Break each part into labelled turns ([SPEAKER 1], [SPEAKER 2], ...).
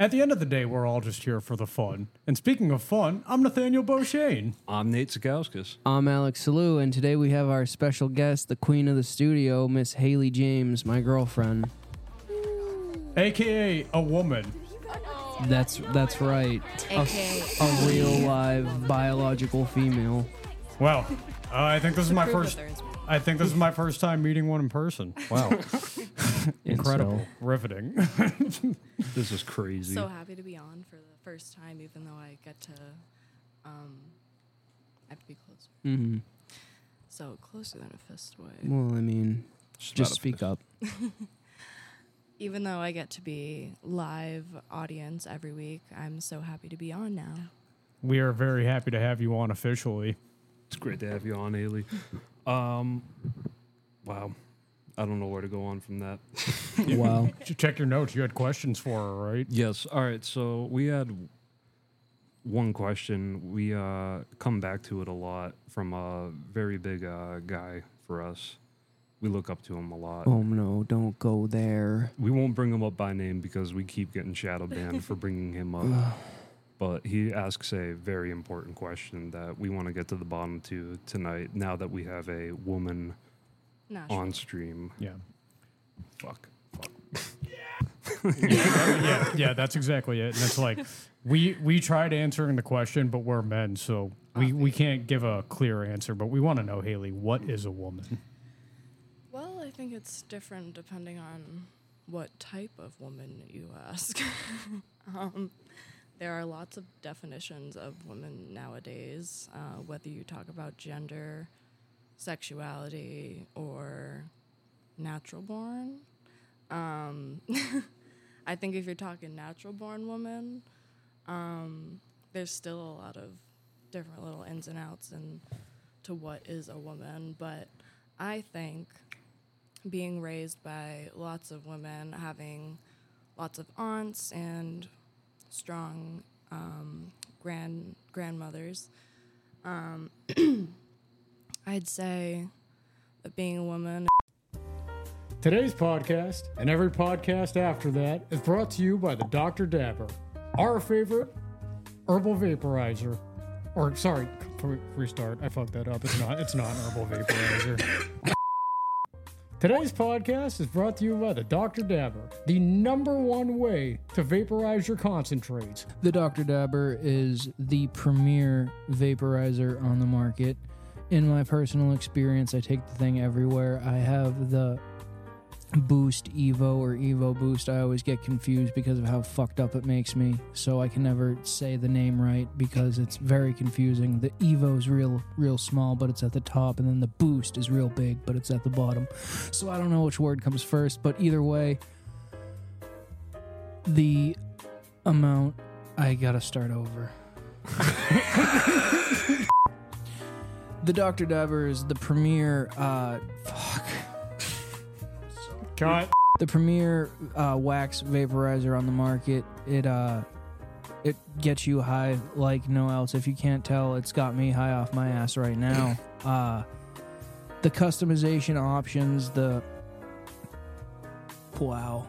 [SPEAKER 1] At the end of the day, we're all just here for the fun. And speaking of fun, I'm Nathaniel Beauchene.
[SPEAKER 2] I'm Nate Zagowskis.
[SPEAKER 3] I'm Alex Salu, and today we have our special guest, the queen of the studio, Miss Haley James, my girlfriend.
[SPEAKER 1] AKA a woman.
[SPEAKER 3] That's that's right,
[SPEAKER 1] Oh,
[SPEAKER 3] a, a real live biological female.
[SPEAKER 1] Well, uh, I think this is my first. I think this is my first time meeting one in person. Wow,
[SPEAKER 3] And
[SPEAKER 1] incredible,
[SPEAKER 3] so-
[SPEAKER 1] riveting.
[SPEAKER 2] This is crazy.
[SPEAKER 4] So happy to be on for the first time, even though I get to, um, I have to be closer. So closer than a fist away.
[SPEAKER 3] Mm-hmm. well, I mean, just speak up.
[SPEAKER 4] Even though I get to be live audience every week, I'm so happy to be on now.
[SPEAKER 1] We are very happy to have you on officially.
[SPEAKER 2] It's great to have you on, Haley. Um, wow. I don't know where to go on from that.
[SPEAKER 3] Wow.
[SPEAKER 1] Ch- Check your notes. You had questions for her, right?
[SPEAKER 2] Yes. All right. So we had one question. We uh, come back to it a lot from a very big uh, guy for us. We look up to him a lot.
[SPEAKER 3] Oh no, don't go there.
[SPEAKER 2] We won't bring him up by name because we keep getting shadow banned for bringing him up. But he asks a very important question that we want to get to the bottom to tonight. Now that we have a woman
[SPEAKER 4] Natural.
[SPEAKER 2] on stream,
[SPEAKER 1] Yeah.
[SPEAKER 2] fuck, fuck.
[SPEAKER 1] Uh, yeah, yeah, that's exactly it. And it's like we we tried answering the question, but we're men, so we, we can't give a clear answer. But we want to know, Haley, what is a woman?
[SPEAKER 4] Well, I think it's different depending on what type of woman you ask. um, there are lots of definitions of women nowadays, uh, whether you talk about gender, sexuality, or natural born. Um, I think if you're talking natural born woman, um, there's still a lot of different little ins and outs and to what is a woman, but I think being raised by lots of women, having lots of aunts and strong um, grand grandmothers, um, I'd say that being a woman
[SPEAKER 1] Today's podcast and every podcast after that is brought to you by the Dr. Dapper, our favorite herbal vaporizer. Or sorry, re- restart. I fucked that up. It's not. It's not an herbal vaporizer. Today's podcast is brought to you by the Dr. Dapper, the number one way to vaporize your concentrates.
[SPEAKER 3] The Dr. Dabber is the premier vaporizer on the market. In my personal experience, I take the thing everywhere. I have the Boost Evo or Evo Boost. I always get confused because of how fucked up it makes me. So I can never say the name right because it's very confusing. The Evo's real real small, but it's at the top and then the Boost is real big, but it's at the bottom. So I don't know which word comes first, but either way, the amount I gotta start over. the Dr. Diver is the premier, uh, fuck,
[SPEAKER 1] Cut.
[SPEAKER 3] the premier uh, wax vaporizer on the market. It uh, it gets you high like no else. If you can't tell, it's got me high off my ass right now. Uh, the customization options, the wow.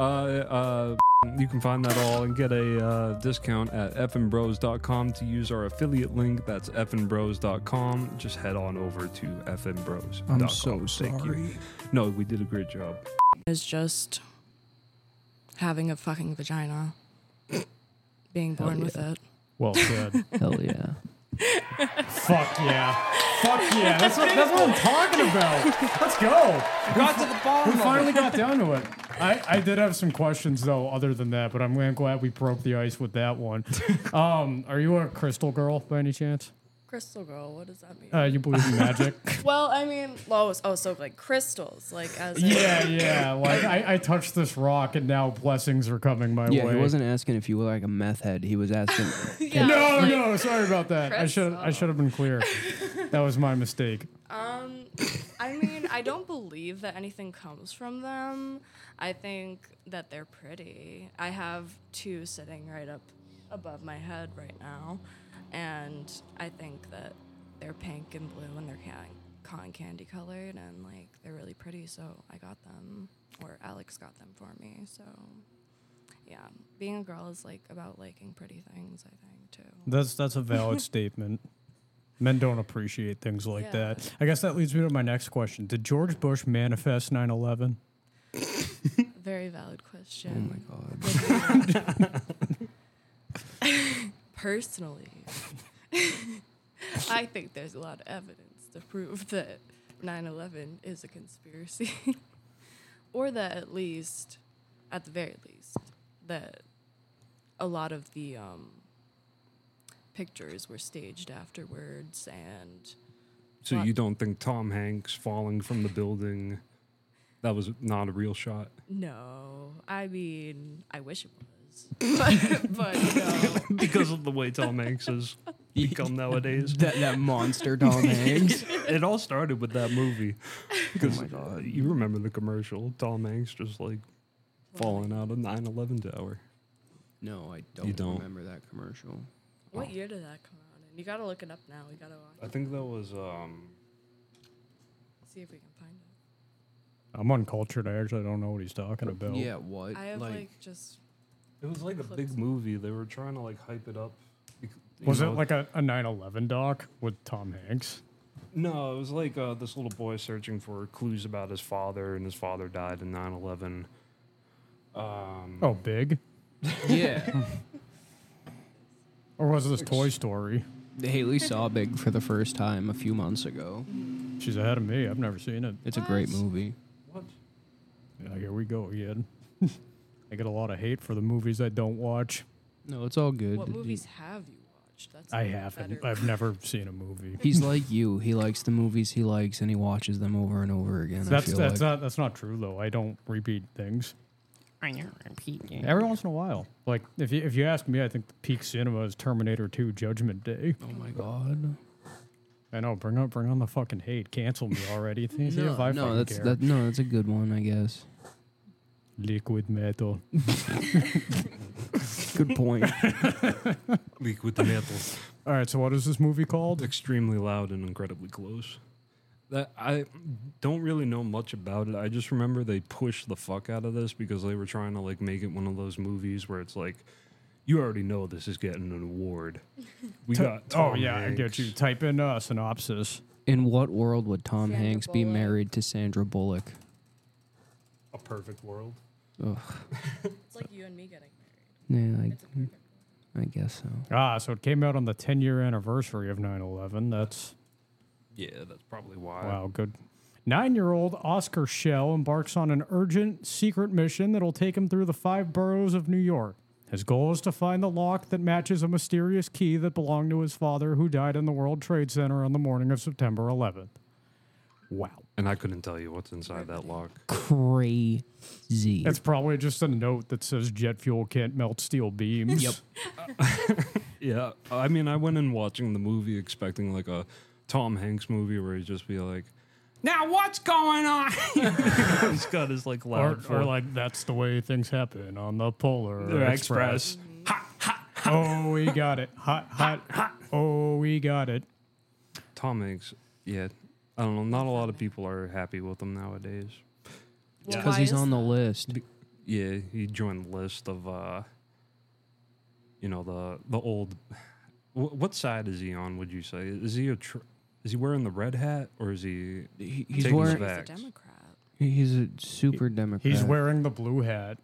[SPEAKER 2] Uh, uh, you can find that all and get a uh, discount at fmbros.com to use our affiliate link. That's fmbros.com. Just head on over to fmbros.
[SPEAKER 3] I'm so
[SPEAKER 2] Thank you.
[SPEAKER 3] sorry.
[SPEAKER 2] No, we did a great job.
[SPEAKER 4] is just having a fucking vagina, being born with it.
[SPEAKER 1] Well said.
[SPEAKER 3] Hell yeah.
[SPEAKER 1] Fuck yeah. Fuck yeah. That's what, that's what I'm talking about. Let's go.
[SPEAKER 5] Got to the bottom
[SPEAKER 1] We
[SPEAKER 5] of it.
[SPEAKER 1] finally got down to it. I, I did have some questions though, other than that, but I'm, I'm glad we broke the ice with that one. Um, are you a crystal girl by any chance?
[SPEAKER 4] Crystal girl, what does that mean?
[SPEAKER 1] Uh, you believe in magic?
[SPEAKER 4] well, I mean, oh, oh, so like crystals, like as in-
[SPEAKER 1] yeah, yeah. Like I, I touched this rock, and now blessings are coming my
[SPEAKER 5] Yeah,
[SPEAKER 1] way.
[SPEAKER 5] he wasn't asking if you were like a meth head. He was asking.
[SPEAKER 4] Yeah,
[SPEAKER 1] No,
[SPEAKER 4] like-
[SPEAKER 1] no. Sorry about that. I should I
[SPEAKER 4] Crystal.
[SPEAKER 1] should have been clear. That was my mistake.
[SPEAKER 4] I mean, I don't believe that anything comes from them. I think that they're pretty. I have two sitting right up above my head right now, and I think that they're pink and blue and they're can- cotton candy colored and like they're really pretty. So I got them, or Alex got them for me. So yeah, being a girl is like about liking pretty things. I think too.
[SPEAKER 1] That's that's a valid statement. Men don't appreciate things like
[SPEAKER 4] Yeah.
[SPEAKER 1] that. I guess that leads me to my next question. Did George Bush manifest 9/11?
[SPEAKER 4] Very valid
[SPEAKER 3] Oh my
[SPEAKER 4] question.
[SPEAKER 3] god.
[SPEAKER 4] Good one. Personally, I think there's a lot of evidence to prove that 9 11 is a conspiracy. or that at least, at the very least, that a lot of the um, pictures were staged afterwards and.
[SPEAKER 2] So
[SPEAKER 4] What?
[SPEAKER 2] you don't think Tom Hanks falling from the building that was not a real shot?
[SPEAKER 4] No, I mean, I wish it was. but, but no.
[SPEAKER 2] because of the way Tom Hanks has become nowadays.
[SPEAKER 3] That, that monster Tom Hanks.
[SPEAKER 2] It all started with that movie.
[SPEAKER 3] oh
[SPEAKER 2] Because
[SPEAKER 3] my god.
[SPEAKER 2] you remember the commercial, Tom Hanks just like falling out of 9 11 tower.
[SPEAKER 3] No, I don't,
[SPEAKER 2] don't.
[SPEAKER 3] remember that commercial.
[SPEAKER 4] What year did that come out in? You gotta look it up now. We gotta
[SPEAKER 2] I
[SPEAKER 4] watch.
[SPEAKER 2] think that was, um,
[SPEAKER 4] See if we can find it.
[SPEAKER 1] I'm uncultured. I actually don't know what he's talking about.
[SPEAKER 3] Yeah, what?
[SPEAKER 4] I have like, just
[SPEAKER 2] it was like a big movie. They were trying to like hype it up. bec- you
[SPEAKER 1] Was it
[SPEAKER 2] know,
[SPEAKER 1] like a, a 9/11 doc with Tom Hanks?
[SPEAKER 2] No, it was like uh, this little boy searching for clues about his father, and his father died in 9 11. Um,
[SPEAKER 3] Mm.
[SPEAKER 1] Oh, big?
[SPEAKER 3] yeah.
[SPEAKER 1] Or was this Toy Story?
[SPEAKER 3] Haley saw Big for the first time a few months ago.
[SPEAKER 1] She's ahead of me. I've never seen it.
[SPEAKER 3] It's a great
[SPEAKER 4] What?
[SPEAKER 3] movie.
[SPEAKER 2] What?
[SPEAKER 1] Yeah, here we go again. I get a lot of hate for the movies I don't watch.
[SPEAKER 3] No, it's all good.
[SPEAKER 4] what movies have you watched? That's
[SPEAKER 1] I
[SPEAKER 4] even
[SPEAKER 1] haven't.
[SPEAKER 4] better.
[SPEAKER 1] I've never seen a movie.
[SPEAKER 3] He's like you. He likes the movies he likes and he watches them over and over again. I
[SPEAKER 1] That's
[SPEAKER 3] feel
[SPEAKER 1] that's
[SPEAKER 3] like.
[SPEAKER 1] not that's not true though. I don't repeat things. Every once in a while, like if you if you ask me, I think the peak cinema is Terminator Two: Judgment Day.
[SPEAKER 3] oh my god.
[SPEAKER 1] I know. Bring on bring on the fucking hate. Cancel me already. See if I
[SPEAKER 3] no,
[SPEAKER 1] fucking
[SPEAKER 3] that's
[SPEAKER 1] care.
[SPEAKER 3] that, no, that's a good one, I guess.
[SPEAKER 1] Liquid metal.
[SPEAKER 3] Good point.
[SPEAKER 2] Leak with the metals.
[SPEAKER 1] All right. So what is this movie called?
[SPEAKER 2] extremely loud and incredibly close. That I don't really know much about it. I just remember they pushed the fuck out of this because they were trying to like make it one of those movies where it's like, you already know this is getting an award. We got
[SPEAKER 1] oh
[SPEAKER 2] Tom
[SPEAKER 1] yeah, I get
[SPEAKER 2] Hanks.
[SPEAKER 1] you. Type in uh, synopsis.
[SPEAKER 3] In what world would Tom
[SPEAKER 4] Sandra
[SPEAKER 3] Hanks be
[SPEAKER 4] Bullock.
[SPEAKER 3] married to Sandra Bullock?
[SPEAKER 2] A perfect world.
[SPEAKER 3] Ugh.
[SPEAKER 4] It's like you and me getting married.
[SPEAKER 3] Yeah, I,
[SPEAKER 4] It's a perfect.
[SPEAKER 3] I guess so.
[SPEAKER 1] Ah, so it came out on the 10 year anniversary of 9/11. That's
[SPEAKER 2] Yeah, that's probably why.
[SPEAKER 1] Wow, good. Nine year old Oscar Shell embarks on an urgent secret mission that'll take him through the five boroughs of New York. His goal is to find the lock that matches a mysterious key that belonged to his father, who died in the World Trade Center on the morning of September 11th. Wow.
[SPEAKER 2] And I couldn't tell you what's inside that lock.
[SPEAKER 3] Crazy.
[SPEAKER 1] That's probably just a note that says jet fuel can't melt steel beams.
[SPEAKER 3] Yep.
[SPEAKER 2] Yeah, I mean, I went in watching the movie expecting like a Tom Hanks movie where he'd just be like, "Now what's going on?" He's got his like
[SPEAKER 1] Or,
[SPEAKER 2] loud,
[SPEAKER 1] or
[SPEAKER 2] full-
[SPEAKER 1] like, that's the way things happen on the Polar
[SPEAKER 2] They're
[SPEAKER 1] Express. Oh, we got it. Hot, hot, hot. Oh, we got it.
[SPEAKER 2] Tom Hanks, yeah, I don't know. Not a lot of people are happy with him nowadays.
[SPEAKER 4] Well,
[SPEAKER 3] Because
[SPEAKER 4] why
[SPEAKER 3] he's
[SPEAKER 4] is
[SPEAKER 3] on the
[SPEAKER 4] that?
[SPEAKER 3] list.
[SPEAKER 2] Yeah, he joined the list of, uh you know, the the old. Wh- what side is he on? Would you say is he a tr- is he wearing the red hat or is he?
[SPEAKER 3] He- He's
[SPEAKER 2] Taking
[SPEAKER 4] He's
[SPEAKER 2] his
[SPEAKER 3] wearing.
[SPEAKER 4] a
[SPEAKER 2] back.
[SPEAKER 4] Democrat.
[SPEAKER 3] He's a super Democrat.
[SPEAKER 1] He's wearing the blue hat.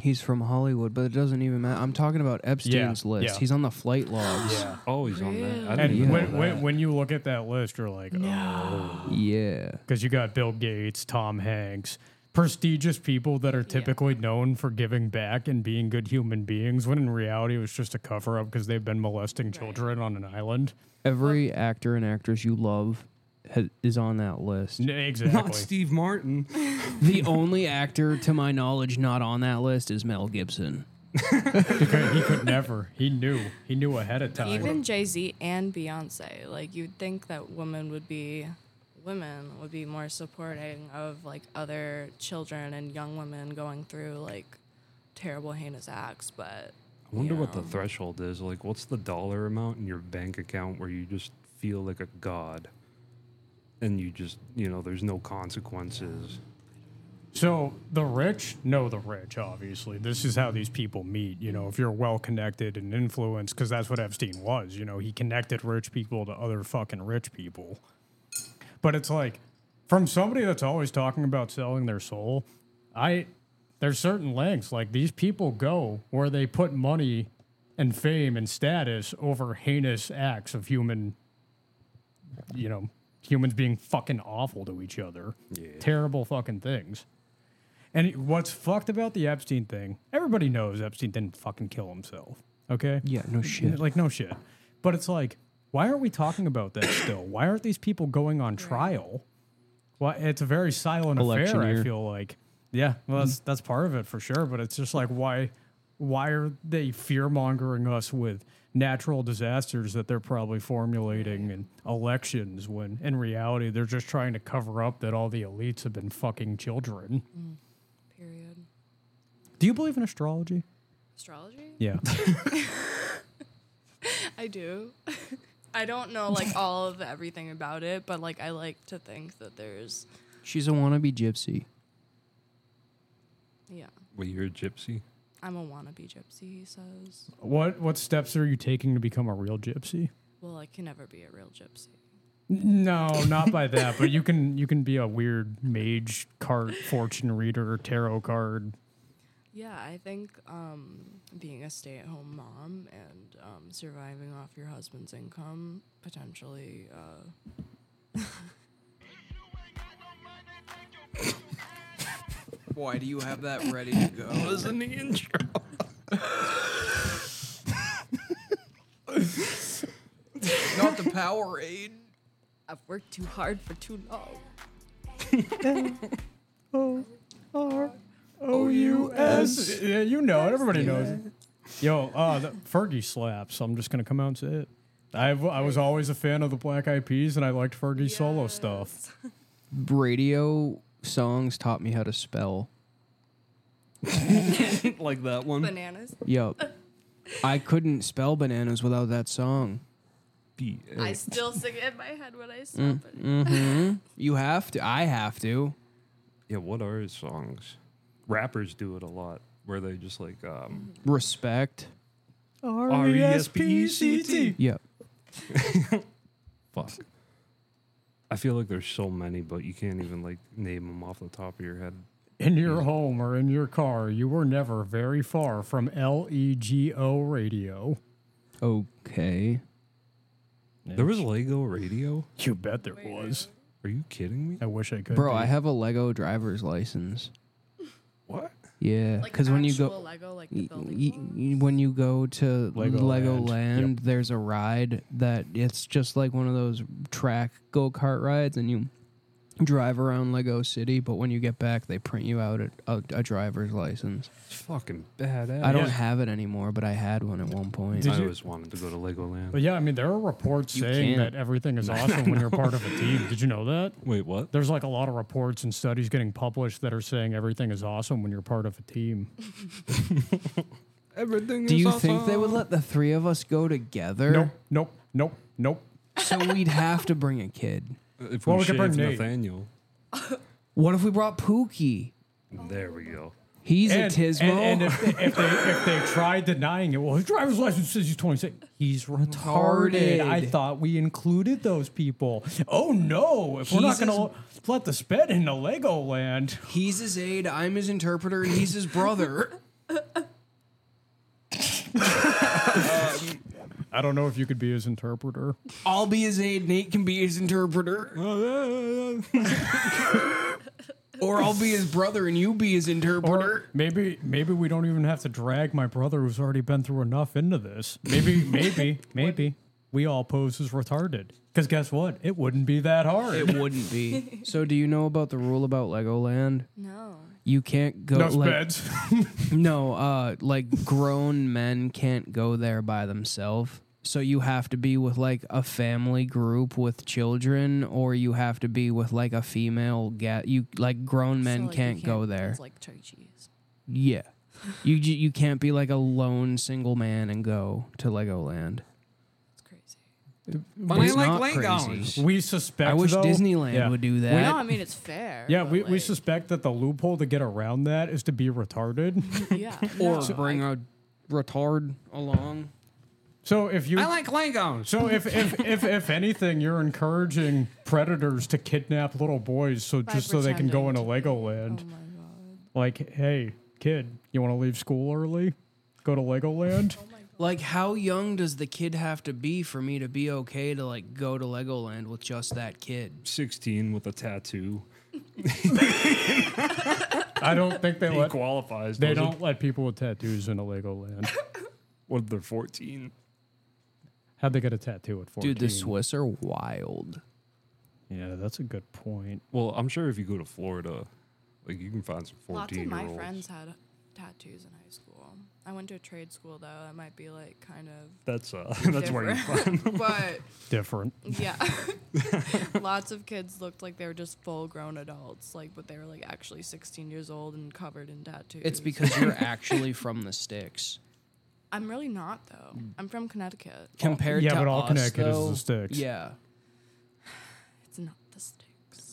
[SPEAKER 3] He's from Hollywood, but it doesn't even matter. I'm talking about Epstein's list.
[SPEAKER 1] yeah.
[SPEAKER 3] He's on the flight logs.
[SPEAKER 1] Yeah.
[SPEAKER 2] Oh, he's on that. I didn't
[SPEAKER 1] And
[SPEAKER 2] even
[SPEAKER 1] when,
[SPEAKER 2] know
[SPEAKER 1] when,
[SPEAKER 2] that.
[SPEAKER 1] when you look at that list, you're like,
[SPEAKER 3] Yeah.
[SPEAKER 1] because you got Bill Gates, Tom Hanks, prestigious people that are typically known for giving back and being good human beings, when in reality it was just a cover up because they've been molesting children on an island.
[SPEAKER 3] Every actor and actress you love ha- is on that list.
[SPEAKER 1] N-
[SPEAKER 2] Not
[SPEAKER 1] Exactly.
[SPEAKER 2] Steve Martin.
[SPEAKER 3] The only actor, to my knowledge, not on that list is Mel Gibson.
[SPEAKER 1] he, could, he could never. He knew. He knew ahead of time.
[SPEAKER 4] Even Jay Z and Beyonce. Like you'd think that women would be women would be more supporting of like other children and young women going through like terrible heinous acts, but
[SPEAKER 2] I wonder what the
[SPEAKER 4] Yeah.
[SPEAKER 2] threshold is. Like, what's the dollar amount in your bank account where you just feel like a god and you just, you know, there's no consequences?
[SPEAKER 1] So the rich know the rich, obviously. This is how these people meet. You know, if you're well connected and influenced, because that's what Epstein was. You know, he connected rich people to other fucking rich people. But it's like, from somebody that's always talking about selling their soul, I there's certain lengths. Like these people go where they put money and fame and status over heinous acts of human, you know, humans being fucking awful to each other. Terrible fucking things. And it- what's fucked about the Epstein thing, everybody knows Epstein didn't fucking kill himself. Okay?
[SPEAKER 3] Yeah, no shit.
[SPEAKER 1] Like, no shit. But it's like, why aren't we talking about that still? Why aren't these people going on trial? Well, it's a very silent
[SPEAKER 3] Election
[SPEAKER 1] affair, I
[SPEAKER 3] year.
[SPEAKER 1] feel like. Mm-hmm. Yeah, well, that's, that's part of it for sure. But it's just like, why, why are they fear mongering us with natural disasters that they're probably formulating and elections when in reality they're just trying to cover up that all the elites have been fucking children?
[SPEAKER 4] Period.
[SPEAKER 1] Do you believe in astrology?
[SPEAKER 4] Astrology?
[SPEAKER 1] Yeah.
[SPEAKER 4] I do. I don't know like all of everything about it, but like I like to think that there's
[SPEAKER 3] She's a wannabe gypsy.
[SPEAKER 4] yeah.
[SPEAKER 2] Well, you're a gypsy.
[SPEAKER 4] I'm a wannabe gypsy, he says.
[SPEAKER 1] what what steps are you taking to become a real gypsy?
[SPEAKER 4] Well, I can never be a real gypsy.
[SPEAKER 1] No, not by that. but you can you can be a weird mage card, fortune reader, tarot card.
[SPEAKER 4] Yeah, I think um, being a stay at home mom and um, surviving off your husband's income potentially. Uh,
[SPEAKER 3] Why do you have that ready to go?
[SPEAKER 2] Wasn't the intro?
[SPEAKER 3] Not the Powerade.
[SPEAKER 4] I've worked too hard for too long.
[SPEAKER 1] O U S. Yeah, you know it. Everybody knows it. Yo, uh, the Fergie slaps. I'm just gonna come out and say it. I I was always a fan of the Black Eyed Peas, and I liked Fergie's solo stuff.
[SPEAKER 3] Radio songs taught me how to spell.
[SPEAKER 2] like that one.
[SPEAKER 4] Bananas.
[SPEAKER 3] Yup. I couldn't spell bananas without that song.
[SPEAKER 2] B-
[SPEAKER 4] I
[SPEAKER 2] uh,
[SPEAKER 4] still sing it in my head when
[SPEAKER 3] Mm,
[SPEAKER 4] I stop it.
[SPEAKER 1] mm.
[SPEAKER 3] You have to. I have to.
[SPEAKER 2] yeah, what are his songs? Rappers do it a lot, where they just like um,
[SPEAKER 3] Respect.
[SPEAKER 2] R E S P C T.
[SPEAKER 3] Yep.
[SPEAKER 2] Fuck. I feel like there's so many, but you can't even like name them off the top of your head.
[SPEAKER 1] In your home or in your car, you were never very far from L E G O radio.
[SPEAKER 3] Okay.
[SPEAKER 2] There was Lego Radio.
[SPEAKER 1] You bet there was.
[SPEAKER 2] Are you kidding me?
[SPEAKER 1] I wish I could.
[SPEAKER 3] Bro,
[SPEAKER 1] be.
[SPEAKER 3] I have a Lego driver's license.
[SPEAKER 2] What?
[SPEAKER 3] Yeah,
[SPEAKER 4] Like
[SPEAKER 3] because when you
[SPEAKER 4] actual
[SPEAKER 3] go,
[SPEAKER 4] Lego, like the
[SPEAKER 3] y-
[SPEAKER 4] building
[SPEAKER 3] y-
[SPEAKER 4] block.
[SPEAKER 3] y- when you go to
[SPEAKER 1] Legoland.
[SPEAKER 3] Legoland,
[SPEAKER 1] Yep.
[SPEAKER 3] there's a ride that it's just like one of those track go kart rides, and you drive around Lego City. But when you get back, they print you out a, a, a driver's license.
[SPEAKER 2] It's fucking badass.
[SPEAKER 3] I don't
[SPEAKER 1] Yeah.
[SPEAKER 3] have it anymore, but I had one at one point.
[SPEAKER 1] Did
[SPEAKER 2] I
[SPEAKER 1] you-
[SPEAKER 2] always wanted to go to Legoland.
[SPEAKER 1] But yeah, I mean, there are reports
[SPEAKER 3] You
[SPEAKER 1] saying
[SPEAKER 3] can't.
[SPEAKER 1] that everything is awesome when you're part of a team. Did you know that?
[SPEAKER 2] Wait, what?
[SPEAKER 1] There's like a lot of reports and studies getting published that are saying everything is awesome when you're part of a team.
[SPEAKER 2] Everything.
[SPEAKER 3] Do you think they would let the three of us go together?
[SPEAKER 1] Nope, nope, nope, nope.
[SPEAKER 3] So we'd have to bring a kid.
[SPEAKER 2] If
[SPEAKER 1] Well,
[SPEAKER 2] we
[SPEAKER 1] we could
[SPEAKER 2] shaved
[SPEAKER 1] bring Nate.
[SPEAKER 2] Nathaniel,
[SPEAKER 3] What if we brought Pookie?
[SPEAKER 2] there we go.
[SPEAKER 3] He's
[SPEAKER 1] And,
[SPEAKER 3] a Tismo.
[SPEAKER 1] and, and if, they, if, they, if they try denying it, well, his driver's license says he's 26. He's retarded. I
[SPEAKER 3] Retarded.
[SPEAKER 1] thought we included those people. Oh no, if we're not
[SPEAKER 3] He's
[SPEAKER 1] going to let the sped into Legoland.
[SPEAKER 3] He's his aide, I'm his interpreter, and he's his brother.
[SPEAKER 1] I don't know if you could be his interpreter.
[SPEAKER 3] I'll be his aide, Nate can be his interpreter.
[SPEAKER 2] Oh,
[SPEAKER 3] or I'll be his brother and you be his interpreter.
[SPEAKER 1] Maybe maybe we don't even have to drag my brother who's already been through enough into this. Maybe maybe maybe we all pose as retarded. Cuz guess what? It wouldn't be that hard.
[SPEAKER 3] it wouldn't be. So do you know about the rule about Legoland?
[SPEAKER 4] No.
[SPEAKER 3] You can't go
[SPEAKER 1] no
[SPEAKER 3] like
[SPEAKER 1] speds.
[SPEAKER 3] No, uh like grown men can't go there by themselves. So you have to be with like a family group with children or you have to be with like a female ga- you like grown men
[SPEAKER 4] So, like, you
[SPEAKER 3] can't, go there.
[SPEAKER 4] It's like Chuck E. Cheese.
[SPEAKER 3] Yeah. You ju- you can't be like a lone single man and go to Legoland.
[SPEAKER 4] It's crazy.
[SPEAKER 2] But
[SPEAKER 3] It's not crazy.
[SPEAKER 1] We suspect.
[SPEAKER 3] I wish
[SPEAKER 1] though-
[SPEAKER 3] Disneyland
[SPEAKER 1] yeah.
[SPEAKER 3] would do
[SPEAKER 4] No,
[SPEAKER 3] that.
[SPEAKER 4] I mean it's fair.
[SPEAKER 1] Yeah,
[SPEAKER 4] but,
[SPEAKER 1] we, we
[SPEAKER 4] like,
[SPEAKER 1] suspect that the loophole to get around that is to be retarded.
[SPEAKER 4] Yeah.
[SPEAKER 3] or
[SPEAKER 4] no,
[SPEAKER 3] bring
[SPEAKER 4] I-
[SPEAKER 3] a retard along.
[SPEAKER 1] so if you
[SPEAKER 2] like Legos.
[SPEAKER 1] so if if, if if anything, you're encouraging predators to kidnap little boys so
[SPEAKER 4] By
[SPEAKER 1] just so they can go into
[SPEAKER 4] pretending
[SPEAKER 1] Legoland.
[SPEAKER 4] Oh my god.
[SPEAKER 1] Like, hey, kid, you want to leave school early? Go to Legoland.
[SPEAKER 3] Like, how young does the kid have to be for me to be okay to like go to Legoland with just that kid?
[SPEAKER 2] 16 with a tattoo.
[SPEAKER 1] I don't think they
[SPEAKER 2] He
[SPEAKER 1] let
[SPEAKER 2] qualifies.
[SPEAKER 1] they
[SPEAKER 2] doesn't
[SPEAKER 1] don't let people with tattoos into Legoland.
[SPEAKER 2] What if they're 14?
[SPEAKER 1] How'd they get a tattoo at fourteen?
[SPEAKER 3] Dude, the Swiss are wild.
[SPEAKER 1] Yeah, that's a good point.
[SPEAKER 2] Well, I'm sure if you go to Florida, like you can find some 14
[SPEAKER 4] Lots of
[SPEAKER 2] year
[SPEAKER 4] my
[SPEAKER 2] olds.
[SPEAKER 4] friends had tattoos in high school. I went to a trade school though. That might be like kind of
[SPEAKER 2] That's uh, that's where you find.
[SPEAKER 4] but
[SPEAKER 1] Different.
[SPEAKER 4] yeah. Lots of kids looked like they were just full grown adults, like but they were like actually sixteen years old and covered in tattoos.
[SPEAKER 3] It's because you're actually from the sticks.
[SPEAKER 4] I'm really not though.
[SPEAKER 3] Mm.
[SPEAKER 4] I'm from Connecticut.
[SPEAKER 3] Compared
[SPEAKER 1] Yeah,
[SPEAKER 3] to
[SPEAKER 1] but all
[SPEAKER 3] us,
[SPEAKER 1] Connecticut is the
[SPEAKER 3] though,
[SPEAKER 1] sticks.
[SPEAKER 3] Yeah,
[SPEAKER 4] It's not the sticks.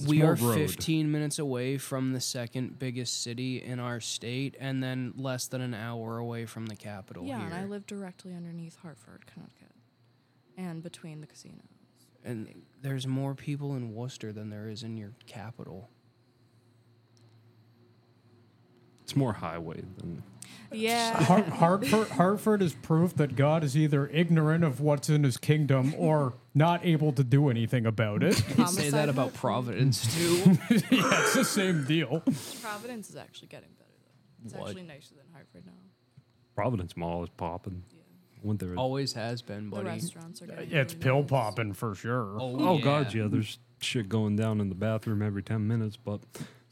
[SPEAKER 3] we
[SPEAKER 2] more
[SPEAKER 3] are
[SPEAKER 2] road.
[SPEAKER 3] 15 minutes away from the second biggest city in our state, and then less than an hour away from the capital.
[SPEAKER 4] Yeah,
[SPEAKER 3] Oh, here.
[SPEAKER 4] and I live directly underneath Hartford, Connecticut. And between the casinos.
[SPEAKER 3] And there's more people in Worcester than there is in your capital.
[SPEAKER 2] It's more highway than.
[SPEAKER 4] Yeah.
[SPEAKER 1] Har- Hartford, Hartford is proof that God is either ignorant of what's in his kingdom or not able to do anything about it.
[SPEAKER 3] You say that about Providence too.
[SPEAKER 1] yeah, it's the same deal.
[SPEAKER 4] Providence is actually getting better though. It's
[SPEAKER 2] What?
[SPEAKER 4] actually nicer than Hartford now.
[SPEAKER 2] Providence Mall is popping.
[SPEAKER 4] Yeah.
[SPEAKER 2] Went there. Oh,
[SPEAKER 3] Always has been,
[SPEAKER 4] The
[SPEAKER 3] buddy.
[SPEAKER 4] restaurants are getting
[SPEAKER 1] It's
[SPEAKER 4] really
[SPEAKER 1] pill
[SPEAKER 4] nice.
[SPEAKER 1] popping for sure.
[SPEAKER 3] Oh.
[SPEAKER 2] Oh, God, yeah. There's shit going down in the bathroom every 10 minutes, but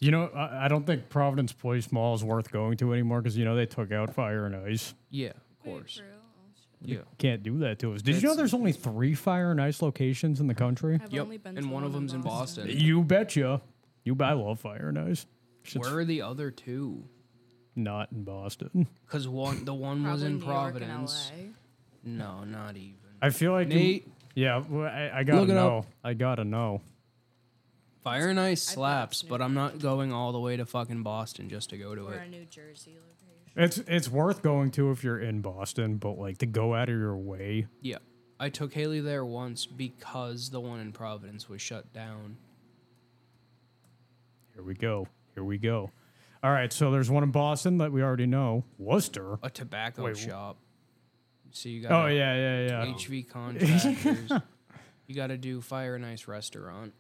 [SPEAKER 1] You know, I, I don't think Providence Place Mall is worth going to anymore because you know they took out Fire and Ice.
[SPEAKER 3] Yeah, of
[SPEAKER 4] Wait,
[SPEAKER 3] course.
[SPEAKER 4] for real? Oh, shit.
[SPEAKER 3] Yeah.
[SPEAKER 1] Can't do that to us. Did you know
[SPEAKER 3] That's-
[SPEAKER 1] there's only three Fire and Ice locations in the country?
[SPEAKER 4] I've
[SPEAKER 3] Yep,
[SPEAKER 4] only been
[SPEAKER 3] and
[SPEAKER 4] to
[SPEAKER 3] one
[SPEAKER 4] the
[SPEAKER 3] of
[SPEAKER 4] one
[SPEAKER 3] them's in Boston.
[SPEAKER 1] You betcha. You, I love Fire and Ice. Shit's
[SPEAKER 3] Where are the other two?
[SPEAKER 1] not in Boston.
[SPEAKER 3] Because one, the one was
[SPEAKER 4] Probably
[SPEAKER 3] in
[SPEAKER 4] New York and
[SPEAKER 3] Providence.
[SPEAKER 4] LA.
[SPEAKER 3] No, not even.
[SPEAKER 1] I feel like
[SPEAKER 3] Nate,
[SPEAKER 1] Yeah, well, I, I gotta
[SPEAKER 3] Look it up.
[SPEAKER 1] know. I gotta know.
[SPEAKER 3] Fire and Ice
[SPEAKER 4] I thought
[SPEAKER 3] slaps,
[SPEAKER 4] it's
[SPEAKER 3] but
[SPEAKER 4] New
[SPEAKER 3] I'm not going all the way to fucking Boston just to go to
[SPEAKER 4] Or
[SPEAKER 3] it.
[SPEAKER 4] a New Jersey location.
[SPEAKER 1] It's it's worth going to if you're in Boston, but like to go out of your way.
[SPEAKER 3] Yeah. I took Haley there once because the one in Providence was shut down.
[SPEAKER 1] Here we go. Here we go. All right, so there's one in Boston that we already know. Worcester.
[SPEAKER 3] A tobacco
[SPEAKER 1] Wait, wh-
[SPEAKER 3] shop. So you got
[SPEAKER 1] Oh yeah, yeah, yeah.
[SPEAKER 3] HV contractors. you got to do Fire and Ice restaurant.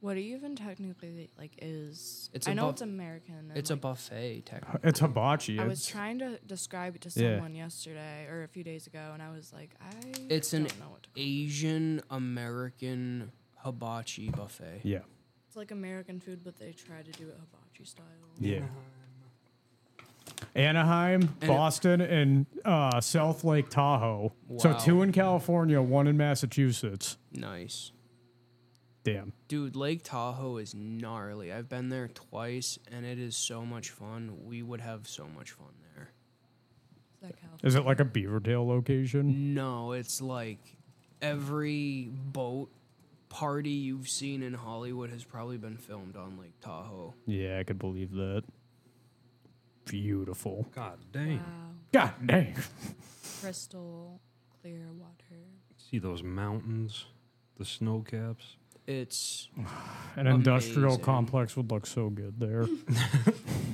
[SPEAKER 4] What even technically like is?
[SPEAKER 3] It's
[SPEAKER 4] I
[SPEAKER 3] a
[SPEAKER 4] know
[SPEAKER 3] bu-
[SPEAKER 4] it's American. And
[SPEAKER 3] It's a
[SPEAKER 4] like,
[SPEAKER 3] buffet technically.
[SPEAKER 1] It's hibachi.
[SPEAKER 4] I
[SPEAKER 1] It's,
[SPEAKER 4] was trying to describe it to
[SPEAKER 1] Yeah.
[SPEAKER 4] someone yesterday or a few days ago, and I was like, I
[SPEAKER 3] It's
[SPEAKER 4] don't
[SPEAKER 3] an
[SPEAKER 4] know what to call it.
[SPEAKER 3] Asian American hibachi buffet.
[SPEAKER 1] yeah,
[SPEAKER 4] It's like American food, but they try to do it hibachi style.
[SPEAKER 1] yeah. Anaheim, Boston, and uh, South Lake Tahoe. So
[SPEAKER 3] Wow.
[SPEAKER 1] two in California, one in Massachusetts.
[SPEAKER 3] Nice.
[SPEAKER 1] Damn.
[SPEAKER 3] Dude, Lake Tahoe is gnarly. I've been there twice and it is so much fun. We would have so much fun there.
[SPEAKER 4] Is that California?
[SPEAKER 1] Is it like a Beaver Tail location?
[SPEAKER 3] No, it's like every boat party you've seen in Hollywood has probably been filmed on Lake Tahoe.
[SPEAKER 1] Yeah, I could believe that. Beautiful.
[SPEAKER 2] God dang.
[SPEAKER 4] Wow,
[SPEAKER 1] God dang.
[SPEAKER 4] crystal clear water.
[SPEAKER 2] See those mountains, the snow caps.
[SPEAKER 3] It's
[SPEAKER 1] An industrial
[SPEAKER 3] Amazing.
[SPEAKER 1] complex would look so good there.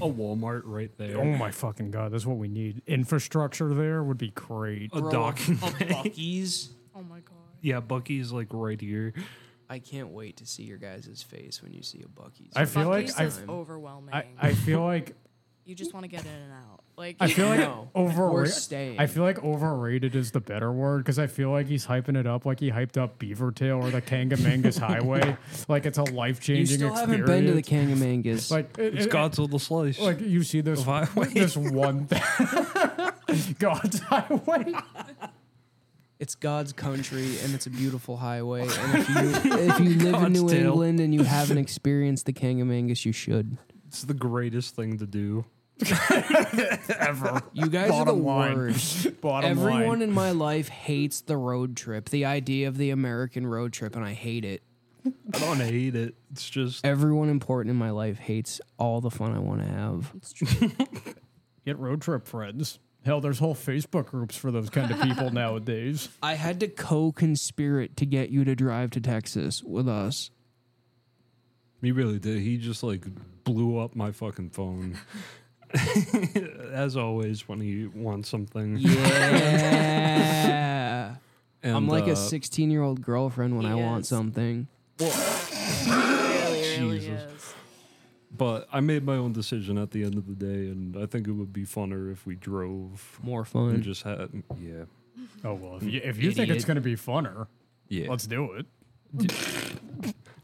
[SPEAKER 2] A Walmart right
[SPEAKER 1] oh my fucking god, that's what we need. Infrastructure there would be great.
[SPEAKER 2] A
[SPEAKER 3] bro,
[SPEAKER 2] docking.
[SPEAKER 3] a Bucky's.
[SPEAKER 4] Oh my god.
[SPEAKER 2] Yeah, Bucky's like right here.
[SPEAKER 3] I can't wait to see your guys' face when you see a Bucky's.
[SPEAKER 1] I feel like
[SPEAKER 4] Buc-ee's
[SPEAKER 1] I-
[SPEAKER 4] is overwhelming.
[SPEAKER 1] I, I feel like
[SPEAKER 4] you just want to get in and out. Like
[SPEAKER 1] I feel like
[SPEAKER 3] No, we're
[SPEAKER 1] overrated.
[SPEAKER 3] staying.
[SPEAKER 1] I feel like overrated is the better word because I feel like he's hyping it up like he hyped up Beaver Tail or the Kangamangas Highway. Like it's a life
[SPEAKER 3] you
[SPEAKER 1] changing
[SPEAKER 3] still
[SPEAKER 1] experience.
[SPEAKER 3] haven't been to the Kangamangas.
[SPEAKER 1] like it,
[SPEAKER 2] It's
[SPEAKER 1] it-
[SPEAKER 2] God's little slice.
[SPEAKER 1] like you see this
[SPEAKER 2] Of highway.
[SPEAKER 1] this one thing. God's highway.
[SPEAKER 3] it's God's country and it's a beautiful highway. And if you if you live in
[SPEAKER 2] God's
[SPEAKER 3] New
[SPEAKER 2] tale.
[SPEAKER 3] England and you haven't experienced the Kangamangas, you should.
[SPEAKER 2] it's the greatest thing to do.
[SPEAKER 1] Ever.
[SPEAKER 3] You guys are the
[SPEAKER 1] Bottom line.
[SPEAKER 3] worst.
[SPEAKER 1] Bottom
[SPEAKER 3] Everyone
[SPEAKER 1] line.
[SPEAKER 3] in my life hates the road trip, the idea of the American road trip, and I hate it.
[SPEAKER 2] I don't hate it. It's just
[SPEAKER 3] Everyone important in my life hates all the fun I want to have.
[SPEAKER 1] Get road trip friends. Hell, there's whole Facebook groups for those kind of people nowadays.
[SPEAKER 3] I had to co-conspirate to get you to drive to Texas with us.
[SPEAKER 2] he really did. He just like blew up my fucking phone. As always, when he wants something.
[SPEAKER 3] Yeah.
[SPEAKER 2] And,
[SPEAKER 3] I'm like
[SPEAKER 2] uh,
[SPEAKER 3] a 16 year old girlfriend when I want
[SPEAKER 4] Yes.
[SPEAKER 3] something.
[SPEAKER 4] Really, really
[SPEAKER 2] Jesus.
[SPEAKER 4] is.
[SPEAKER 2] But I made my own decision at the end of the day, and I think it would be funner if we drove
[SPEAKER 3] More
[SPEAKER 2] and
[SPEAKER 3] fun.
[SPEAKER 2] just had yeah.
[SPEAKER 1] Oh, well, if you, if you think it's
[SPEAKER 3] Idiot.
[SPEAKER 1] going to be funner,
[SPEAKER 2] Yeah.
[SPEAKER 1] let's do it.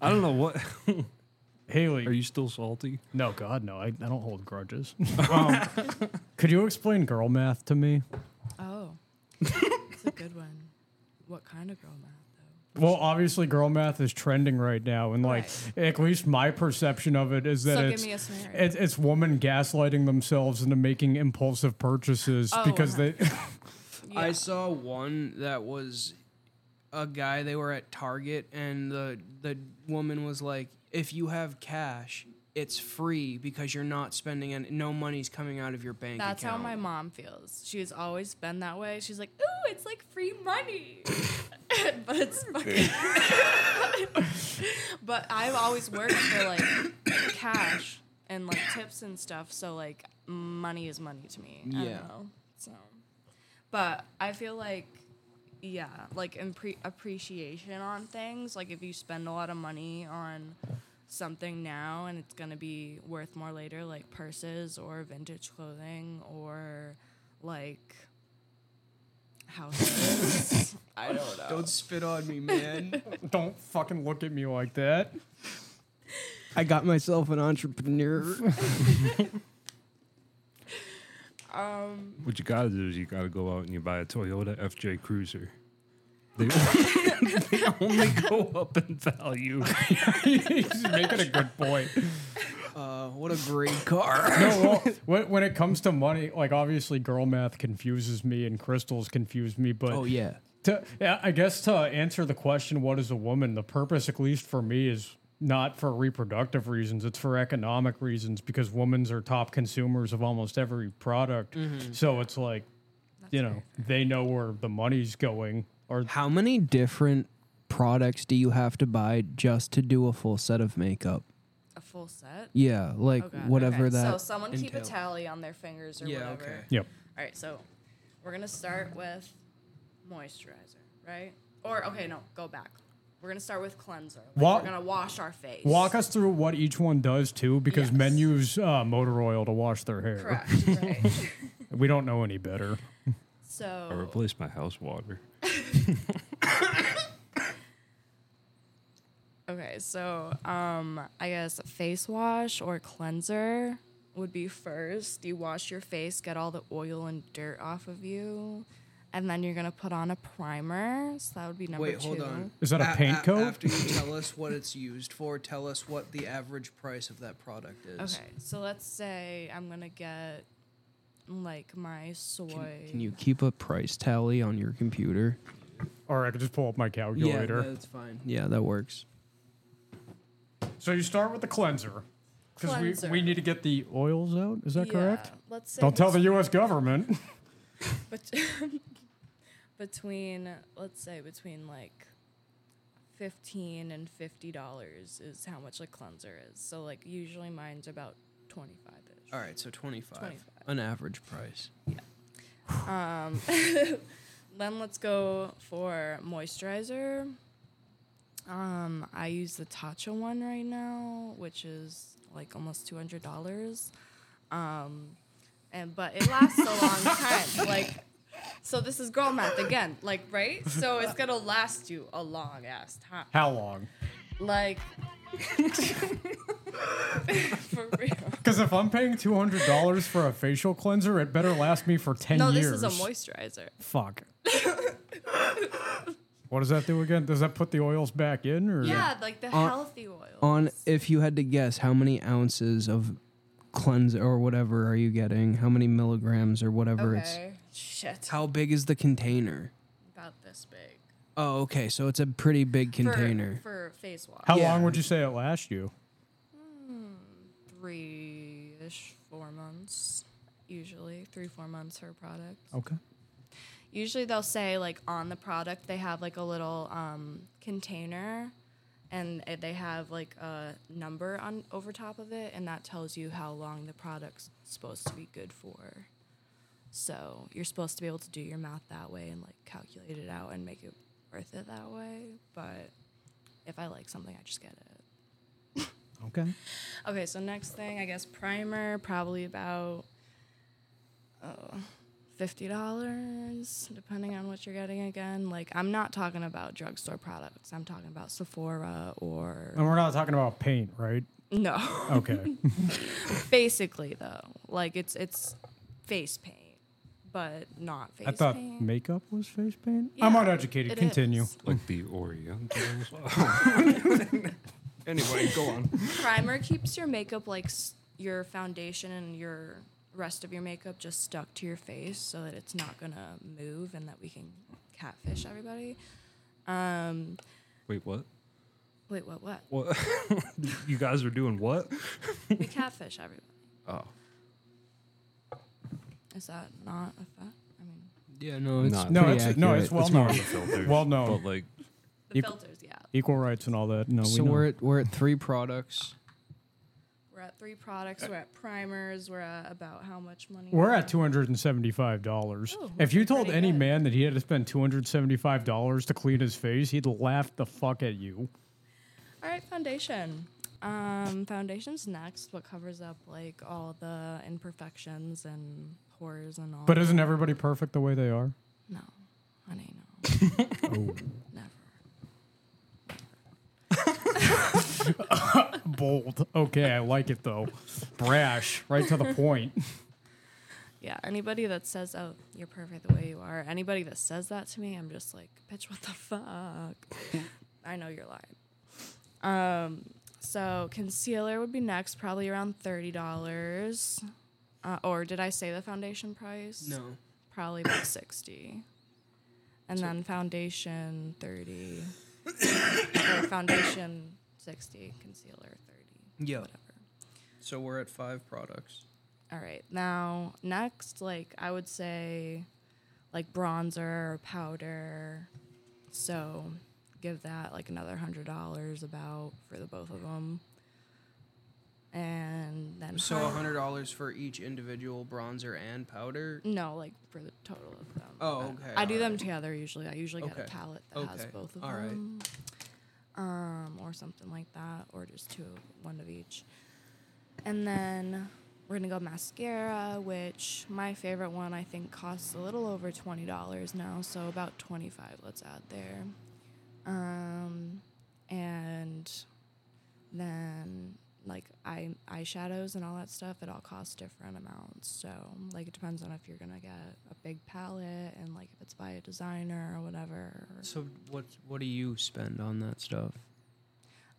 [SPEAKER 2] I don't know what
[SPEAKER 1] Haley,
[SPEAKER 2] are you still salty?
[SPEAKER 1] No, God, no. I, I don't hold grudges. um, could you explain girl math to me?
[SPEAKER 4] Oh, it's a good one. What kind of girl math though?
[SPEAKER 1] Well, obviously, girl math is trending right now, and like at least my perception of it is that
[SPEAKER 4] So give
[SPEAKER 1] it's
[SPEAKER 4] me a scenario.
[SPEAKER 1] it's, it's women gaslighting themselves into making impulsive purchases
[SPEAKER 4] Oh,
[SPEAKER 1] because
[SPEAKER 4] uh-huh.
[SPEAKER 1] they
[SPEAKER 3] I saw one that was a guy. They were at Target, and the the woman was like, "If you have cash, it's free because you're not spending any. No money's coming out of your bank
[SPEAKER 4] That's how
[SPEAKER 3] account."
[SPEAKER 4] my mom feels. She's always been that way. She's like, ooh, it's like free money. but it's fucking. but I've always worked for like cash and like tips and stuff. So like money is money to me.
[SPEAKER 3] Yeah.
[SPEAKER 4] I don't know. So, but I feel like, yeah, like impre- appreciation on things. Like if you spend a lot of money on something now and it's going to be worth more later, like purses or vintage clothing or like houses. I don't know.
[SPEAKER 3] Don't spit on me, man.
[SPEAKER 1] don't fucking look at me like that.
[SPEAKER 3] I got myself an entrepreneur.
[SPEAKER 4] Um,
[SPEAKER 2] What you gotta do is you gotta go out and you buy a Toyota FJ Cruiser. They, they only go up in value.
[SPEAKER 1] He's making a good point.
[SPEAKER 3] Uh, what a great car.
[SPEAKER 1] No, well, when, when it comes to money, like obviously, girl math confuses me, and crystals confuse me, but
[SPEAKER 3] oh yeah.
[SPEAKER 1] To, yeah, I guess to answer the question, what is a woman? The purpose, at least for me, is not for reproductive reasons. It's for economic reasons because women's are top consumers of almost every product.
[SPEAKER 4] Mm-hmm.
[SPEAKER 1] So it's like, you know, they know where the money's going. Or
[SPEAKER 3] How many different products do you have to buy just to do a full set of makeup?
[SPEAKER 4] A full set?
[SPEAKER 3] Yeah, like
[SPEAKER 4] Oh, God.
[SPEAKER 3] whatever
[SPEAKER 4] Okay,
[SPEAKER 3] that.
[SPEAKER 4] So someone keep a
[SPEAKER 3] entails.
[SPEAKER 4] tally on their fingers or
[SPEAKER 3] Yeah,
[SPEAKER 4] whatever.
[SPEAKER 3] okay.
[SPEAKER 1] yep,
[SPEAKER 4] All right, so we're gonna start with moisturizer, right? Or okay, no, go back. We're gonna start with cleanser. Like,
[SPEAKER 1] Wa-
[SPEAKER 4] we're gonna wash our face.
[SPEAKER 1] walk us through what each one does too, because
[SPEAKER 4] Yes.
[SPEAKER 1] men use uh, motor oil to wash their hair.
[SPEAKER 4] Correct. Right.
[SPEAKER 1] We don't know any better.
[SPEAKER 2] I
[SPEAKER 4] so
[SPEAKER 2] replaced my house water.
[SPEAKER 4] okay, so um, I guess face wash or cleanser would be first. You wash your face, get all the oil and dirt off of you. And then you're gonna put on a primer, so that would be number
[SPEAKER 3] Wait,
[SPEAKER 4] two.
[SPEAKER 3] hold on.
[SPEAKER 1] Is that a paint coat?
[SPEAKER 3] After you tell us what it's used for, tell us what the average price of that product is.
[SPEAKER 4] Okay, so let's say I'm gonna get like my soy.
[SPEAKER 3] Can you keep a price tally on your computer?
[SPEAKER 1] Or I could just pull up my calculator.
[SPEAKER 3] that's fine. Yeah, that works.
[SPEAKER 1] so you start with the cleanser. Because we,
[SPEAKER 4] Cleanser.
[SPEAKER 1] we need to get the oils out. Is that correct?
[SPEAKER 4] Yeah, Let's say
[SPEAKER 1] Don't tell the
[SPEAKER 4] bet-
[SPEAKER 1] U.S. government.
[SPEAKER 4] bet- between let's say between like fifteen and fifty dollars is how much a cleanser is. So like usually mine's about twenty five ish.
[SPEAKER 3] All right, so 25.
[SPEAKER 4] 25.
[SPEAKER 3] An average price.
[SPEAKER 4] Um, Then let's go for moisturizer. Um, I use the Tatcha one right now, which is like almost two hundred dollars. Um, and but it lasts a long time. Like, so this is girl math again. Like, right? So it's gonna last you a long ass time.
[SPEAKER 1] How long?
[SPEAKER 4] Like, for real.
[SPEAKER 1] Because if I'm paying two hundred dollars for a facial cleanser, it better last me for ten
[SPEAKER 4] No,
[SPEAKER 1] years.
[SPEAKER 4] this is a moisturizer.
[SPEAKER 1] Fuck. what does that do again? Does that put the oils back in? Or
[SPEAKER 4] Yeah, like the healthy oil.
[SPEAKER 3] On if you had to guess how many ounces of cleanse or whatever are you getting? How many milligrams or whatever it's?
[SPEAKER 4] Okay. Shit.
[SPEAKER 3] How big is the container?
[SPEAKER 4] About this big.
[SPEAKER 3] Oh, okay. So it's a pretty big
[SPEAKER 4] For-
[SPEAKER 3] container.
[SPEAKER 4] For, face wash.
[SPEAKER 1] How
[SPEAKER 3] Yeah.
[SPEAKER 1] long would you say it lasts you?
[SPEAKER 4] Three ish, four months, usually. Three, four months for product.
[SPEAKER 1] Okay.
[SPEAKER 4] Usually they'll say, like, on the product, they have, like, a little um, container and it- they have, like, a number on over top of it, and that tells you how long the product's supposed to be good for. So you're supposed to be able to do your math that way and, like, calculate it out and make it worth it that way. But if I like something, I just get it.
[SPEAKER 1] Okay.
[SPEAKER 4] Okay, so next thing, I guess primer, probably about oh, fifty dollars, depending on what you're getting. Again, like I'm not talking about drugstore products. I'm talking about Sephora or
[SPEAKER 1] And we're not talking about paint, right?
[SPEAKER 4] no.
[SPEAKER 1] Okay.
[SPEAKER 4] Basically, though, like it's it's face paint, but not face
[SPEAKER 1] I thought
[SPEAKER 4] paint.
[SPEAKER 1] makeup was face paint. I'm
[SPEAKER 4] Yeah,
[SPEAKER 1] uneducated.
[SPEAKER 4] it
[SPEAKER 1] Continue.
[SPEAKER 4] is.
[SPEAKER 2] Like the Orientals. anyway, go on.
[SPEAKER 4] primer keeps your makeup like s- your foundation and your rest of your makeup just stuck to your face so that it's not gonna move and that we can catfish everybody um
[SPEAKER 2] Wait, what?
[SPEAKER 4] wait what what
[SPEAKER 2] What? you guys are doing what?
[SPEAKER 4] we catfish everybody
[SPEAKER 2] Oh,
[SPEAKER 4] is that not a fact i mean
[SPEAKER 3] Yeah, no, it's
[SPEAKER 2] Not-
[SPEAKER 1] No,
[SPEAKER 3] pretty
[SPEAKER 1] it's no,
[SPEAKER 3] accurate.
[SPEAKER 1] it's well
[SPEAKER 2] it's more
[SPEAKER 1] known.
[SPEAKER 2] of a filter.
[SPEAKER 1] Well known.
[SPEAKER 2] but like,
[SPEAKER 4] the
[SPEAKER 1] You c-
[SPEAKER 4] filters yeah
[SPEAKER 1] Equal rights and all that. No,
[SPEAKER 3] so
[SPEAKER 1] we know.
[SPEAKER 3] we're at we're at three products.
[SPEAKER 4] we're at three products we're at primers we're at about how much money
[SPEAKER 1] Uh, We're at two hundred and seventy-five dollars.
[SPEAKER 4] Oh,
[SPEAKER 1] if you told
[SPEAKER 4] pretty
[SPEAKER 1] any
[SPEAKER 4] good.
[SPEAKER 1] man that he had to spend two hundred seventy-five dollars to clean his face, he'd laugh the fuck at you.
[SPEAKER 4] All right, foundation. Um, foundation's next. What covers up like all the imperfections and pores and all.
[SPEAKER 1] But isn't everybody perfect the way they are?
[SPEAKER 4] no, honey, no, never.
[SPEAKER 1] Bold. Okay, I like it though. Brash, right to the point.
[SPEAKER 4] Yeah, anybody that says, "Oh, you're perfect the way you are," anybody that says that to me, I'm just like, "Bitch, what the fuck?" I know you're lying. Um, so concealer would be next, probably around thirty dollars. Uh, or did I say the foundation price?
[SPEAKER 3] No.
[SPEAKER 4] probably about 60 and then foundation 30 or foundation 60 concealer 30
[SPEAKER 3] Yeah.
[SPEAKER 4] whatever
[SPEAKER 3] So we're at five products.
[SPEAKER 4] all right now next like i would say like bronzer or powder so give that like another hundred dollars about for the both of them and then
[SPEAKER 3] So
[SPEAKER 4] prime-
[SPEAKER 3] hundred dollars for each individual bronzer and powder.
[SPEAKER 4] no like for the total of them
[SPEAKER 3] Oh,
[SPEAKER 4] But
[SPEAKER 3] okay,
[SPEAKER 4] i do them
[SPEAKER 3] alright.
[SPEAKER 4] together usually i usually get a
[SPEAKER 3] Okay.
[SPEAKER 4] palette that has
[SPEAKER 3] Okay,
[SPEAKER 4] both of
[SPEAKER 3] alright.
[SPEAKER 4] them um or something like that or just two one of each and then we're gonna go mascara which my favorite one i think costs a little over $20 now so about 25 let's add there um and then like eye eyeshadows and all that stuff, it all costs different amounts. So like it depends on if you're gonna get a big palette and like if it's by a designer or whatever.
[SPEAKER 3] So what what do you spend on that stuff?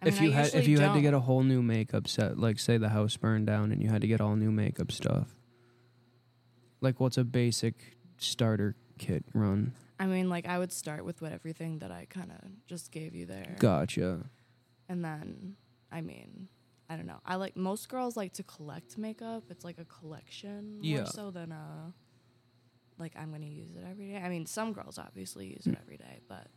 [SPEAKER 4] I mean,
[SPEAKER 3] if you
[SPEAKER 4] I
[SPEAKER 3] had if
[SPEAKER 4] usually
[SPEAKER 3] you had to
[SPEAKER 4] don't-
[SPEAKER 3] get a whole new makeup set, like say the house burned down and you had to get all new makeup stuff, like what's a basic starter kit run?
[SPEAKER 4] I mean, like I would start with what everything that I kind of just gave you there,
[SPEAKER 3] Gotcha.
[SPEAKER 4] and then I mean. I don't know. I like most girls like to collect makeup. It's like a collection
[SPEAKER 3] Yeah.
[SPEAKER 4] more so than a like I'm gonna use it every day. I mean, some girls obviously use it every day, but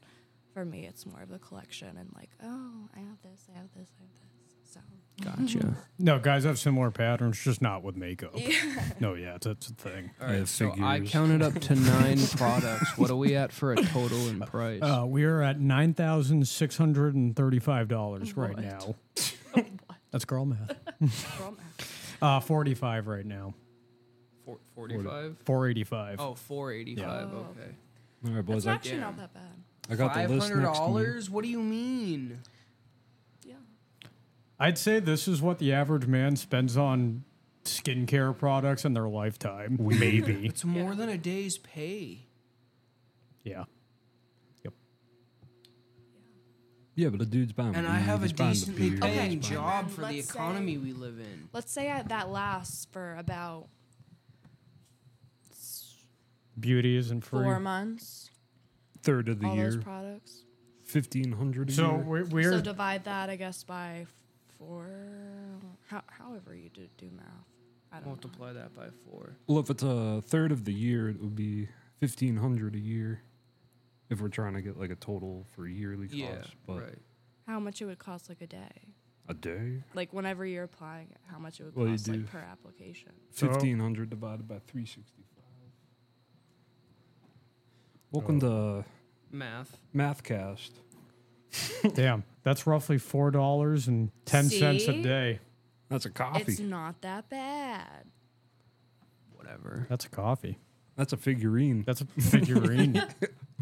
[SPEAKER 4] for me, it's more of a collection and like, oh, I have this, I have this, I have this. So
[SPEAKER 3] Gotcha.
[SPEAKER 1] No, guys have similar patterns, just not with makeup. No, yeah, it's, it's a thing.
[SPEAKER 3] all
[SPEAKER 2] I
[SPEAKER 3] right.
[SPEAKER 2] have
[SPEAKER 3] So I
[SPEAKER 2] figures.
[SPEAKER 3] counted up to nine products. What are we at for a total in price?
[SPEAKER 1] Uh, we are at nine thousand six hundred and thirty-five dollars right
[SPEAKER 4] What?
[SPEAKER 1] now. That's girl math.
[SPEAKER 4] Girl
[SPEAKER 1] Uh, Forty-five right now.
[SPEAKER 3] Four,
[SPEAKER 2] Oh.
[SPEAKER 3] 45?
[SPEAKER 1] Four eighty-five.
[SPEAKER 3] Oh, 485.
[SPEAKER 4] Yeah.
[SPEAKER 3] Okay.
[SPEAKER 2] all right, boys.
[SPEAKER 4] It's
[SPEAKER 2] I,
[SPEAKER 4] actually
[SPEAKER 3] yeah.
[SPEAKER 4] not that bad.
[SPEAKER 2] I got the list next to me.
[SPEAKER 3] $500? What do you mean?
[SPEAKER 4] Yeah.
[SPEAKER 1] I'd say this is what the average man spends on skincare products in their lifetime. Maybe.
[SPEAKER 3] It's more than a day's pay.
[SPEAKER 1] yeah.
[SPEAKER 2] Yeah, but a dude's bound.
[SPEAKER 3] And
[SPEAKER 2] to
[SPEAKER 3] I
[SPEAKER 2] eat,
[SPEAKER 3] have a
[SPEAKER 2] he's bound to
[SPEAKER 3] decently
[SPEAKER 2] pee,
[SPEAKER 3] paying
[SPEAKER 2] he's bound-
[SPEAKER 3] job for the
[SPEAKER 4] Let's say-
[SPEAKER 3] economy we live in.
[SPEAKER 4] Let's say I, that lasts for about
[SPEAKER 1] Beauty isn't free.
[SPEAKER 4] four months.
[SPEAKER 2] Third of the
[SPEAKER 4] all those
[SPEAKER 2] year,
[SPEAKER 4] products.
[SPEAKER 2] fifteen hundred.
[SPEAKER 1] So
[SPEAKER 2] year.
[SPEAKER 1] we- we're
[SPEAKER 4] So divide that, I guess, by four. How, however you do, do math. I don't know.
[SPEAKER 3] Multiply that by four.
[SPEAKER 2] well, if it's a third of the year, it would be fifteen hundred a year. If we're trying to get like a total for yearly cost,
[SPEAKER 3] Yeah,
[SPEAKER 2] but
[SPEAKER 3] right.
[SPEAKER 4] How much it would cost like a day.
[SPEAKER 2] a day,
[SPEAKER 4] Like whenever you're applying, it, how much it would
[SPEAKER 2] Well, you
[SPEAKER 4] cost
[SPEAKER 2] do-
[SPEAKER 4] like per application.
[SPEAKER 1] So-
[SPEAKER 2] fifteen hundred divided by three sixty-five. Welcome to
[SPEAKER 3] Math.
[SPEAKER 2] MathCast.
[SPEAKER 1] damn. That's roughly four dollars and ten cents a
[SPEAKER 4] See?
[SPEAKER 1] day.
[SPEAKER 2] That's a coffee.
[SPEAKER 4] It's not that bad.
[SPEAKER 3] Whatever.
[SPEAKER 1] That's a coffee.
[SPEAKER 2] That's a figurine.
[SPEAKER 1] That's a figurine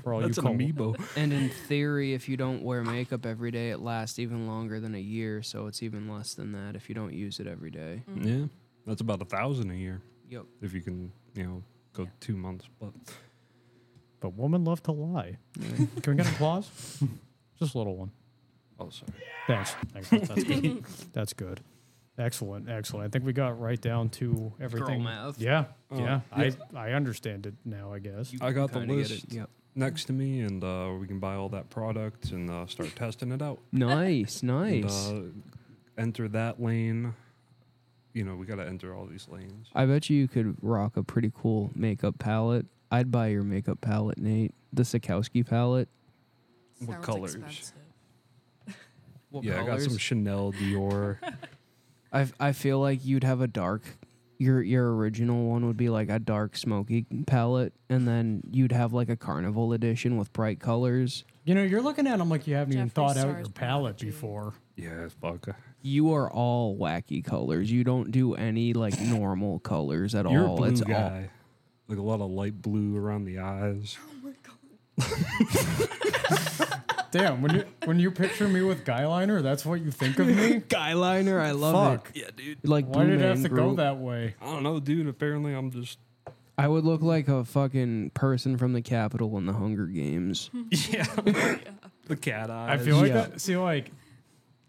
[SPEAKER 1] for all
[SPEAKER 2] That's
[SPEAKER 1] you
[SPEAKER 2] an
[SPEAKER 1] call
[SPEAKER 2] amiibo.
[SPEAKER 3] And in theory, if you don't wear makeup every day, it lasts even longer than a year. So it's even less than that if you don't use it every day.
[SPEAKER 4] Mm.
[SPEAKER 2] Yeah, that's about a thousand a year
[SPEAKER 3] Yep.
[SPEAKER 2] if you can, you know, go two months. But
[SPEAKER 1] But woman love to lie. Can we get an applause? Just a little one.
[SPEAKER 2] oh, sorry.
[SPEAKER 1] Thanks. Thanks. That's, that's good. That's good. Excellent. Excellent. I think we got right down to everything.
[SPEAKER 3] math.
[SPEAKER 1] Yeah.
[SPEAKER 2] Oh,
[SPEAKER 1] yeah.
[SPEAKER 2] yeah.
[SPEAKER 1] I I understand it now. I guess.
[SPEAKER 3] You
[SPEAKER 2] I got the
[SPEAKER 3] kinda get
[SPEAKER 2] list.
[SPEAKER 3] it. Yep.
[SPEAKER 2] Next to me, and uh, we can buy all that product and uh, start testing it out.
[SPEAKER 3] Nice,
[SPEAKER 2] And,
[SPEAKER 3] nice.
[SPEAKER 2] uh, enter that lane. You know, we got to enter all these lanes.
[SPEAKER 3] I bet you you could rock a pretty cool makeup palette. I'd buy your makeup palette, Nate. The Sikowski palette.
[SPEAKER 2] What
[SPEAKER 4] Sounds
[SPEAKER 2] colors?
[SPEAKER 4] expensive.
[SPEAKER 3] What
[SPEAKER 2] yeah, I got some Chanel, Dior.
[SPEAKER 3] I I feel like you'd have a dark. Your your original one would be like a dark smoky palette, and then you'd have like a carnival edition with bright colors.
[SPEAKER 1] You know, you're looking at them like you haven't even
[SPEAKER 4] Jeffree
[SPEAKER 1] thought out
[SPEAKER 4] Star's
[SPEAKER 1] your palette
[SPEAKER 4] Prodigy.
[SPEAKER 1] before.
[SPEAKER 2] yeah, fuck.
[SPEAKER 3] You are all wacky colors. You don't do any like normal colors at
[SPEAKER 2] You're a
[SPEAKER 3] all.
[SPEAKER 2] blue
[SPEAKER 3] it's all
[SPEAKER 2] guy. Like a lot of light blue around the eyes.
[SPEAKER 1] Damn. When you when you picture me with guy liner, that's what you think of me.
[SPEAKER 3] guy liner. I love
[SPEAKER 1] Fuck.
[SPEAKER 3] it. Yeah, dude. Like
[SPEAKER 1] Why
[SPEAKER 3] Blue
[SPEAKER 1] did it have
[SPEAKER 3] Man
[SPEAKER 1] to go
[SPEAKER 3] Group.
[SPEAKER 1] that way?
[SPEAKER 2] I don't know, dude. Apparently, I'm just
[SPEAKER 3] I would look like a fucking person from the Capitol in the Hunger Games.
[SPEAKER 2] Hmm. the cat
[SPEAKER 1] I
[SPEAKER 2] eyes.
[SPEAKER 1] feel like
[SPEAKER 3] yeah.
[SPEAKER 1] that. See, like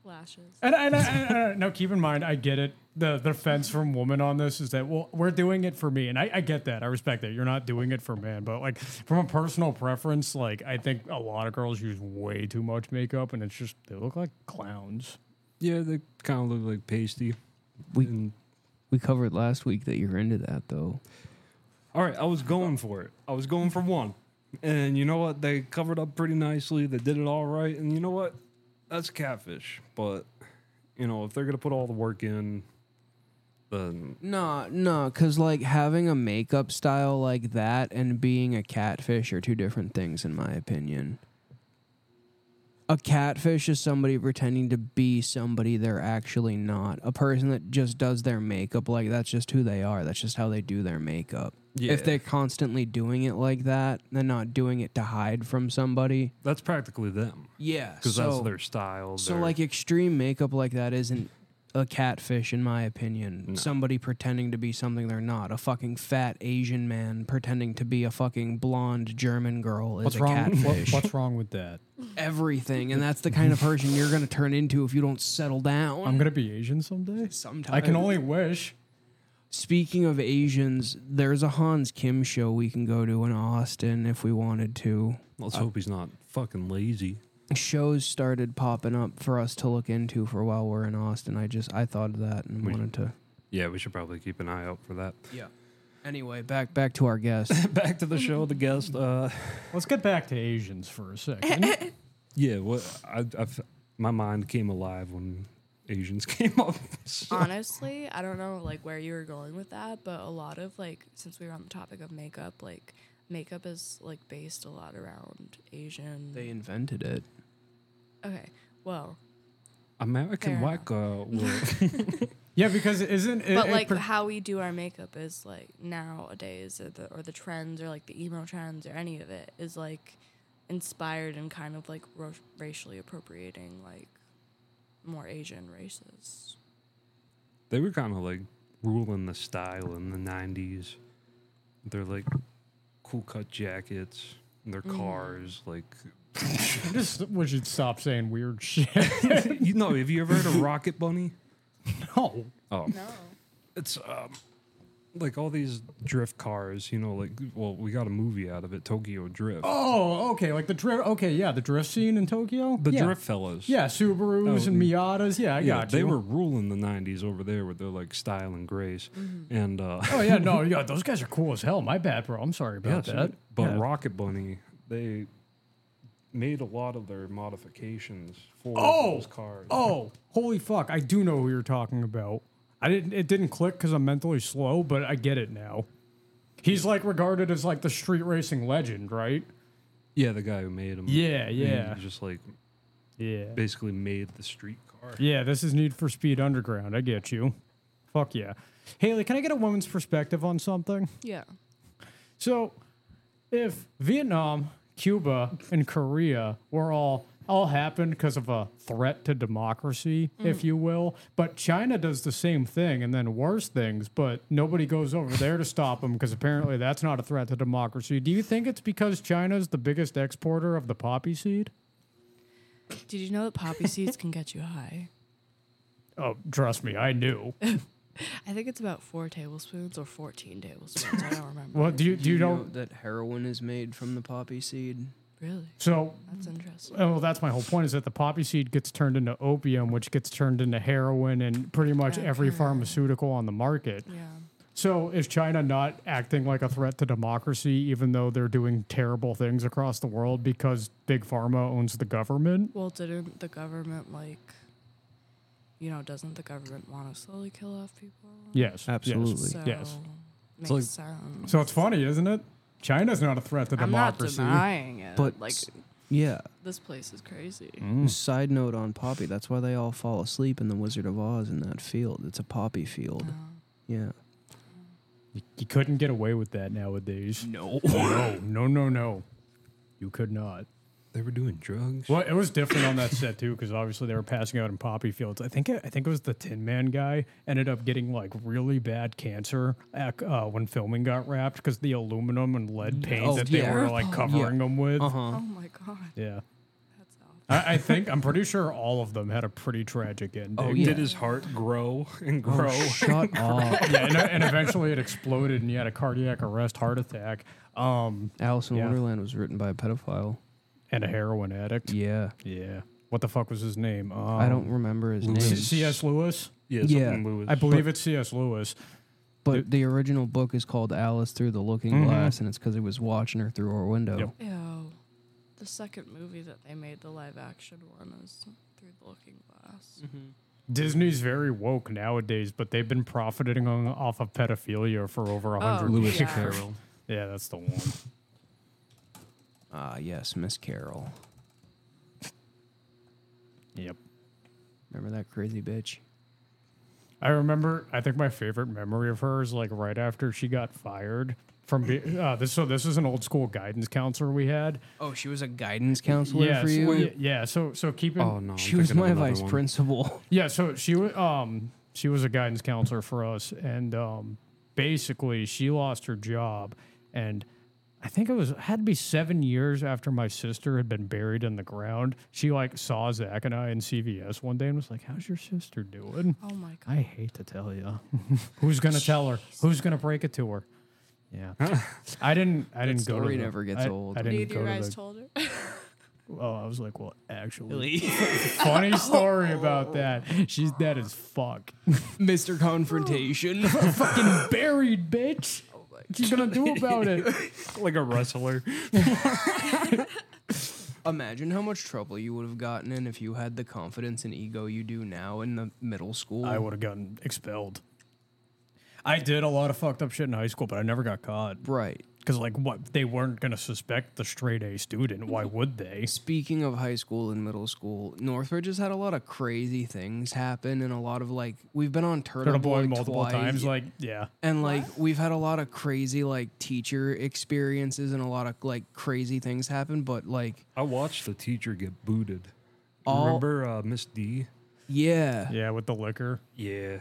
[SPEAKER 4] Lashes.
[SPEAKER 1] And, and, and, and now keep in mind, I get it. The the defense from women on this is that well, we're doing it for me, and I, I get that. I respect that. You're not doing it for man, but like from a personal preference, like I think a lot of girls use way too much makeup, and it's just they look like clowns.
[SPEAKER 2] Yeah, they kind of look like pasty.
[SPEAKER 3] We-
[SPEAKER 2] And-
[SPEAKER 3] We covered last week that you're into that though.
[SPEAKER 2] all right, I was going for it. I was going for one, and you know what? They covered up pretty nicely. They did it all right, and you know what? That's catfish. But you know, if they're gonna put all the work in, then
[SPEAKER 3] No, no, because like having a makeup style like that and being a catfish are two different things, in my opinion. A catfish is somebody pretending to be somebody they're actually not. A person that just does their makeup like that's just who they are. That's just how they do their makeup.
[SPEAKER 2] Yeah.
[SPEAKER 3] If they're constantly doing it like that, they're not doing it to hide from somebody.
[SPEAKER 2] that's practically them
[SPEAKER 3] Yeah,
[SPEAKER 2] because that's
[SPEAKER 3] so-
[SPEAKER 2] their style.
[SPEAKER 3] so
[SPEAKER 2] their-
[SPEAKER 3] like extreme makeup like that isn't a catfish in my opinion.
[SPEAKER 2] No.
[SPEAKER 3] Somebody pretending to be something they're not. A fucking fat Asian man pretending to be a fucking blonde German girl is a catfish.
[SPEAKER 1] wrong with that?
[SPEAKER 3] Everything, and that's the kind of person you're gonna turn into if you don't settle down.
[SPEAKER 1] I'm gonna be Asian someday.
[SPEAKER 3] Sometimes
[SPEAKER 1] I can only wish.
[SPEAKER 3] Speaking of Asians, there's a Hans Kim show we can go to in Austin if we wanted to.
[SPEAKER 2] let's hope he's not fucking lazy.
[SPEAKER 3] Shows started popping up for us to look into for while we're in Austin. I just I thought of that and
[SPEAKER 2] We-
[SPEAKER 3] wanted to
[SPEAKER 2] Yeah, we should probably keep an eye out for that.
[SPEAKER 3] Yeah. Anyway, back back to our guest.
[SPEAKER 2] Back to the show. The guest. Uh,
[SPEAKER 1] Let's get back to Asians for a second.
[SPEAKER 2] yeah, what I, I, my mind came alive when Asians came up.
[SPEAKER 4] honestly i don't know like where you were going with that but a lot of like since we were on the topic of makeup like makeup is like based a lot around asian
[SPEAKER 3] they invented it.
[SPEAKER 4] okay well
[SPEAKER 2] American
[SPEAKER 4] Fair
[SPEAKER 2] white girl. were-
[SPEAKER 1] yeah, because isn't it?
[SPEAKER 4] but
[SPEAKER 1] it
[SPEAKER 4] like
[SPEAKER 1] pre-
[SPEAKER 4] how we do our makeup is like nowadays or the, or the trends or like the emo trends or any of it is like inspired and kind of like ro- racially appropriating like more asian races
[SPEAKER 2] they were kind of like ruling the style in the 90s.
[SPEAKER 1] Mm-hmm.
[SPEAKER 2] They're like cool cut jackets and their cars, like
[SPEAKER 1] I just wish you'd stop saying weird shit.
[SPEAKER 2] You know, have you ever heard of Rocket Bunny?
[SPEAKER 1] no.
[SPEAKER 2] Oh,
[SPEAKER 4] No.
[SPEAKER 2] it's um, like all these drift cars. You know, like well, we got a movie out of it, Tokyo Drift.
[SPEAKER 1] Oh, okay. Like the drift. Okay, yeah, the drift scene in Tokyo.
[SPEAKER 2] the
[SPEAKER 1] yeah.
[SPEAKER 2] drift fellas.
[SPEAKER 1] Yeah, Subarus
[SPEAKER 2] Oh,
[SPEAKER 1] and Miatas. Yeah, I
[SPEAKER 2] Yeah,
[SPEAKER 1] got
[SPEAKER 2] they
[SPEAKER 1] you.
[SPEAKER 2] were ruling the '90s over there with their like style and grace, and uh,
[SPEAKER 1] Oh yeah, no, yeah, those guys are cool as hell. My bad, bro. I'm sorry
[SPEAKER 2] yeah,
[SPEAKER 1] about
[SPEAKER 2] so-
[SPEAKER 1] that.
[SPEAKER 2] but
[SPEAKER 1] Yeah.
[SPEAKER 2] Rocket Bunny, they made a lot of their modifications for
[SPEAKER 1] Oh!
[SPEAKER 2] those cars.
[SPEAKER 1] Oh, holy fuck! I do know who you're talking about. I didn't. It didn't click because I'm mentally slow, but I get it now. He's like regarded as like the street racing legend, right?
[SPEAKER 2] Yeah, the guy who made them.
[SPEAKER 1] Yeah, yeah.
[SPEAKER 2] just like
[SPEAKER 1] Yeah.
[SPEAKER 2] basically made the street car.
[SPEAKER 1] Yeah, this is Need for Speed Underground. I get you. Fuck yeah. Haley, can I get a woman's perspective on something?
[SPEAKER 4] Yeah.
[SPEAKER 1] So, if Vietnam, Cuba, and Korea were all all happened because of a threat to democracy, if you will, but China does the same thing and then worse things, but nobody goes over there to stop them because apparently that's not a threat to democracy. Do you think it's because China's the biggest exporter of the poppy seed?
[SPEAKER 4] Did you know that poppy seeds can get you high?
[SPEAKER 1] Oh, trust me, I knew.
[SPEAKER 4] I think it's about four tablespoons or 14 tablespoons. I don't remember.
[SPEAKER 1] Well, do you do you
[SPEAKER 3] know
[SPEAKER 1] know?
[SPEAKER 3] that heroin is made from the poppy seed?
[SPEAKER 4] Really?
[SPEAKER 1] So
[SPEAKER 4] That's interesting.
[SPEAKER 1] Oh, well, that's my whole point is that the poppy seed gets turned into opium, which gets turned into heroin and pretty much every
[SPEAKER 4] Okay.
[SPEAKER 1] pharmaceutical on the market.
[SPEAKER 4] Yeah.
[SPEAKER 1] So, is China not acting like a threat to democracy, even though they're doing terrible things across the world because Big Pharma owns the government?
[SPEAKER 4] Well, didn't the government, like, you know, doesn't the government want to slowly kill off people?
[SPEAKER 1] Yes. yes.
[SPEAKER 3] Absolutely.
[SPEAKER 4] So,
[SPEAKER 1] Yes.
[SPEAKER 4] makes
[SPEAKER 2] like-
[SPEAKER 4] sense.
[SPEAKER 1] So, it's funny, isn't it? China's not a threat to
[SPEAKER 4] I'm not
[SPEAKER 1] democracy.
[SPEAKER 4] denying it.
[SPEAKER 3] But Mm.
[SPEAKER 4] like,
[SPEAKER 3] s- Yeah.
[SPEAKER 4] this place is crazy.
[SPEAKER 1] Hmm.
[SPEAKER 3] Side note on poppy, that's why they all fall asleep in the Wizard of Oz in that field. It's a poppy
[SPEAKER 4] Uh,
[SPEAKER 3] field.
[SPEAKER 1] Oh.
[SPEAKER 3] Yeah.
[SPEAKER 1] you, you couldn't get away with that nowadays.
[SPEAKER 3] No.
[SPEAKER 1] No, no, no, no. You could not.
[SPEAKER 2] They were doing drugs.
[SPEAKER 1] Well, it was different on that set too, because obviously they were passing out in poppy fields. I think it, I think it was the Tin Man guy ended up getting like really bad cancer ac- uh, when filming got wrapped because the aluminum and lead paint
[SPEAKER 3] Oh,
[SPEAKER 1] that they
[SPEAKER 3] yeah.
[SPEAKER 1] were like covering them with.
[SPEAKER 3] Uh-huh.
[SPEAKER 4] Oh my God.
[SPEAKER 1] Yeah,
[SPEAKER 4] That's awful.
[SPEAKER 1] I, I think I'm pretty sure all of them had a pretty tragic ending.
[SPEAKER 3] Oh,
[SPEAKER 2] Did
[SPEAKER 3] yeah.
[SPEAKER 2] his heart grow and
[SPEAKER 1] Oh,
[SPEAKER 2] grow?
[SPEAKER 3] Shut up.
[SPEAKER 1] yeah, and, and eventually it exploded, and he had a cardiac arrest, heart attack, um,
[SPEAKER 3] Alice in
[SPEAKER 1] Yeah.
[SPEAKER 3] Wonderland was written by a pedophile.
[SPEAKER 1] and a heroin addict.
[SPEAKER 3] Yeah.
[SPEAKER 1] Yeah, what the fuck was his name? Um,
[SPEAKER 3] I don't remember his
[SPEAKER 1] C-
[SPEAKER 3] name.
[SPEAKER 1] C.S. Lewis.
[SPEAKER 2] yeah,
[SPEAKER 3] Yeah.
[SPEAKER 2] something Lewis.
[SPEAKER 1] I believe it's C.S. Lewis.
[SPEAKER 3] But the original book is called Alice Through the Looking Glass, and it's because he was watching her through her window.
[SPEAKER 1] Mm-hmm. Yep.
[SPEAKER 4] Ew. The second movie that they made, the live action one, is Through the Looking Glass.
[SPEAKER 3] Mm-hmm.
[SPEAKER 1] Disney's very woke nowadays, but they've been profiting on, off of pedophilia for over a hundred.
[SPEAKER 4] Oh.
[SPEAKER 1] years.
[SPEAKER 2] Lewis
[SPEAKER 4] Yeah.
[SPEAKER 2] Carroll.
[SPEAKER 1] Yeah, that's the one.
[SPEAKER 3] Ah, yes, Miss Carol.
[SPEAKER 1] Yep.
[SPEAKER 3] Remember that crazy bitch?
[SPEAKER 1] I remember. I think my favorite memory of her is like right after she got fired from. Be- uh, this so this is an old school guidance counselor we had.
[SPEAKER 3] Oh, she was a guidance counselor
[SPEAKER 1] yeah,
[SPEAKER 3] for
[SPEAKER 1] so-
[SPEAKER 3] you?
[SPEAKER 1] yeah, yeah. So so keeping.
[SPEAKER 2] Oh no, I'm
[SPEAKER 3] She was
[SPEAKER 2] thinking of
[SPEAKER 3] my
[SPEAKER 2] another
[SPEAKER 3] vice
[SPEAKER 2] one.
[SPEAKER 3] principal.
[SPEAKER 1] Yeah, so she was um she was a guidance counselor for us, and um, basically she lost her job, and I think it was had to be seven years after my sister had been buried in the ground. She like saw Zach and I in CVS one day and was like, "How's your sister doing?"
[SPEAKER 4] Oh my God.
[SPEAKER 1] I hate to tell you. Who's gonna tell her? Who's gonna break it to her? Yeah, I didn't. I didn't go.
[SPEAKER 3] story
[SPEAKER 1] to the-
[SPEAKER 3] never gets
[SPEAKER 1] I-
[SPEAKER 3] old.
[SPEAKER 1] I didn't
[SPEAKER 4] Neither
[SPEAKER 1] go
[SPEAKER 4] you
[SPEAKER 1] to
[SPEAKER 4] guys
[SPEAKER 1] the-
[SPEAKER 4] told her?
[SPEAKER 1] well, I was like, well, actually, funny story about that. She's dead as fuck.
[SPEAKER 3] Mr. Confrontation.
[SPEAKER 1] fucking buried, bitch. What you gonna do about it?
[SPEAKER 2] like a wrestler.
[SPEAKER 3] Imagine how much trouble you would have gotten in if you had the confidence and ego you do now in the middle school.
[SPEAKER 1] I would have gotten expelled. I did a lot of fucked up shit in high school, but I never got caught.
[SPEAKER 3] Right.
[SPEAKER 1] Because, like, what? They weren't gonna suspect the straight A student. Why would they?
[SPEAKER 3] Speaking of high school and middle school, Northridge has had a lot of crazy things happen and a lot of like we've been on Turtle,
[SPEAKER 1] Turtle boy multiple
[SPEAKER 3] twice,
[SPEAKER 1] times. Like, yeah.
[SPEAKER 3] and like we've had a lot of crazy like teacher experiences and a lot of like crazy things happen, but like
[SPEAKER 2] I watched the teacher get booted.
[SPEAKER 3] All-
[SPEAKER 2] Remember uh, Miss D?
[SPEAKER 3] yeah.
[SPEAKER 1] Yeah, with the liquor.
[SPEAKER 2] Yeah.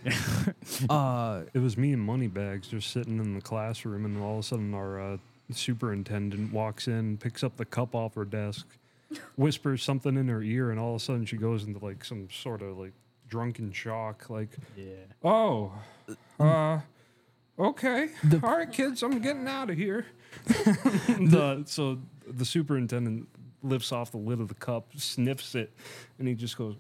[SPEAKER 3] Uh
[SPEAKER 2] it was me and Moneybags just sitting in the classroom, and all of a sudden our uh, superintendent walks in, picks up the cup off her desk, whispers something in her ear, and all of a sudden she goes into like some sort of like drunken shock. Like, oh, uh, okay, all right, kids, I'm getting out of here. the so the superintendent lifts off the lid of the cup, sniffs it, and he just goes,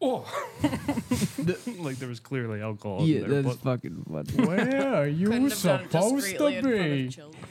[SPEAKER 2] oh, like there was clearly alcohol.
[SPEAKER 3] Yeah,
[SPEAKER 2] in there,
[SPEAKER 3] that's
[SPEAKER 2] but-
[SPEAKER 3] fucking funny.
[SPEAKER 1] Where
[SPEAKER 4] Couldn't
[SPEAKER 1] you
[SPEAKER 4] have done it
[SPEAKER 1] supposed
[SPEAKER 4] discreetly
[SPEAKER 1] to
[SPEAKER 4] in front of
[SPEAKER 1] be?
[SPEAKER 4] children.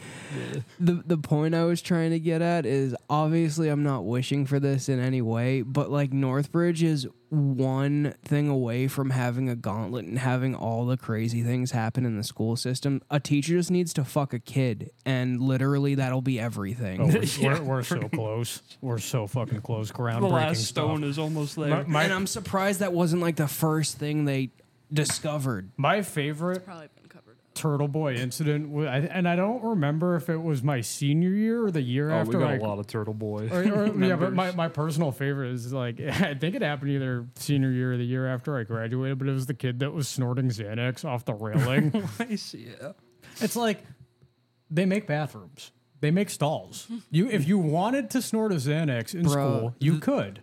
[SPEAKER 3] the the point I was trying to get at is obviously I'm not wishing for this in any way, but like Northbridge is one thing away from having a gauntlet and having all the crazy things happen in the school system. A teacher just needs to fuck a kid, and literally that'll be everything.
[SPEAKER 1] Oh, we're, we're, we're so close. We're so fucking close. Groundbreaking
[SPEAKER 2] the last
[SPEAKER 1] stuff.
[SPEAKER 2] stone is almost there.
[SPEAKER 1] My- my-
[SPEAKER 3] and I'm surprised that wasn't like the first thing they discovered.
[SPEAKER 1] My favorite
[SPEAKER 4] Probably been covered up.
[SPEAKER 1] Turtle Boy incident, wa- I- and I don't remember if it was my senior year or the year
[SPEAKER 2] Oh, we
[SPEAKER 1] after.
[SPEAKER 2] got
[SPEAKER 1] like-
[SPEAKER 2] a lot of turtle boy.
[SPEAKER 1] or- or- yeah, but my, my personal favorite is like I think it happened either senior year or the year after I graduated, but it was the kid that was snorting Xanax off the railing.
[SPEAKER 2] yeah.
[SPEAKER 1] It's like they make bathrooms. They make stalls. You if you wanted to snort a Xanax in
[SPEAKER 3] Bruh,
[SPEAKER 1] school, you could.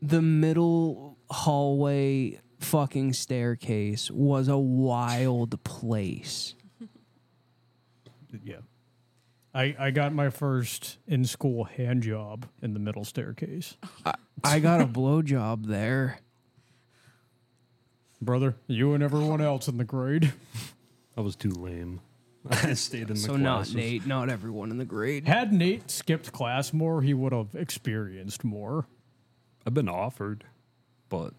[SPEAKER 3] the middle hallway fucking staircase was a wild place.
[SPEAKER 1] Yeah. I, I got my first in school hand job in the middle staircase.
[SPEAKER 3] I got a blowjob there.
[SPEAKER 1] Brother, you and everyone else in the grade.
[SPEAKER 2] I was too lame. I stayed in the
[SPEAKER 3] So
[SPEAKER 2] classes.
[SPEAKER 3] not Nate, not everyone in the grade.
[SPEAKER 1] Had Nate skipped class more, he would have experienced more.
[SPEAKER 2] I've been offered, but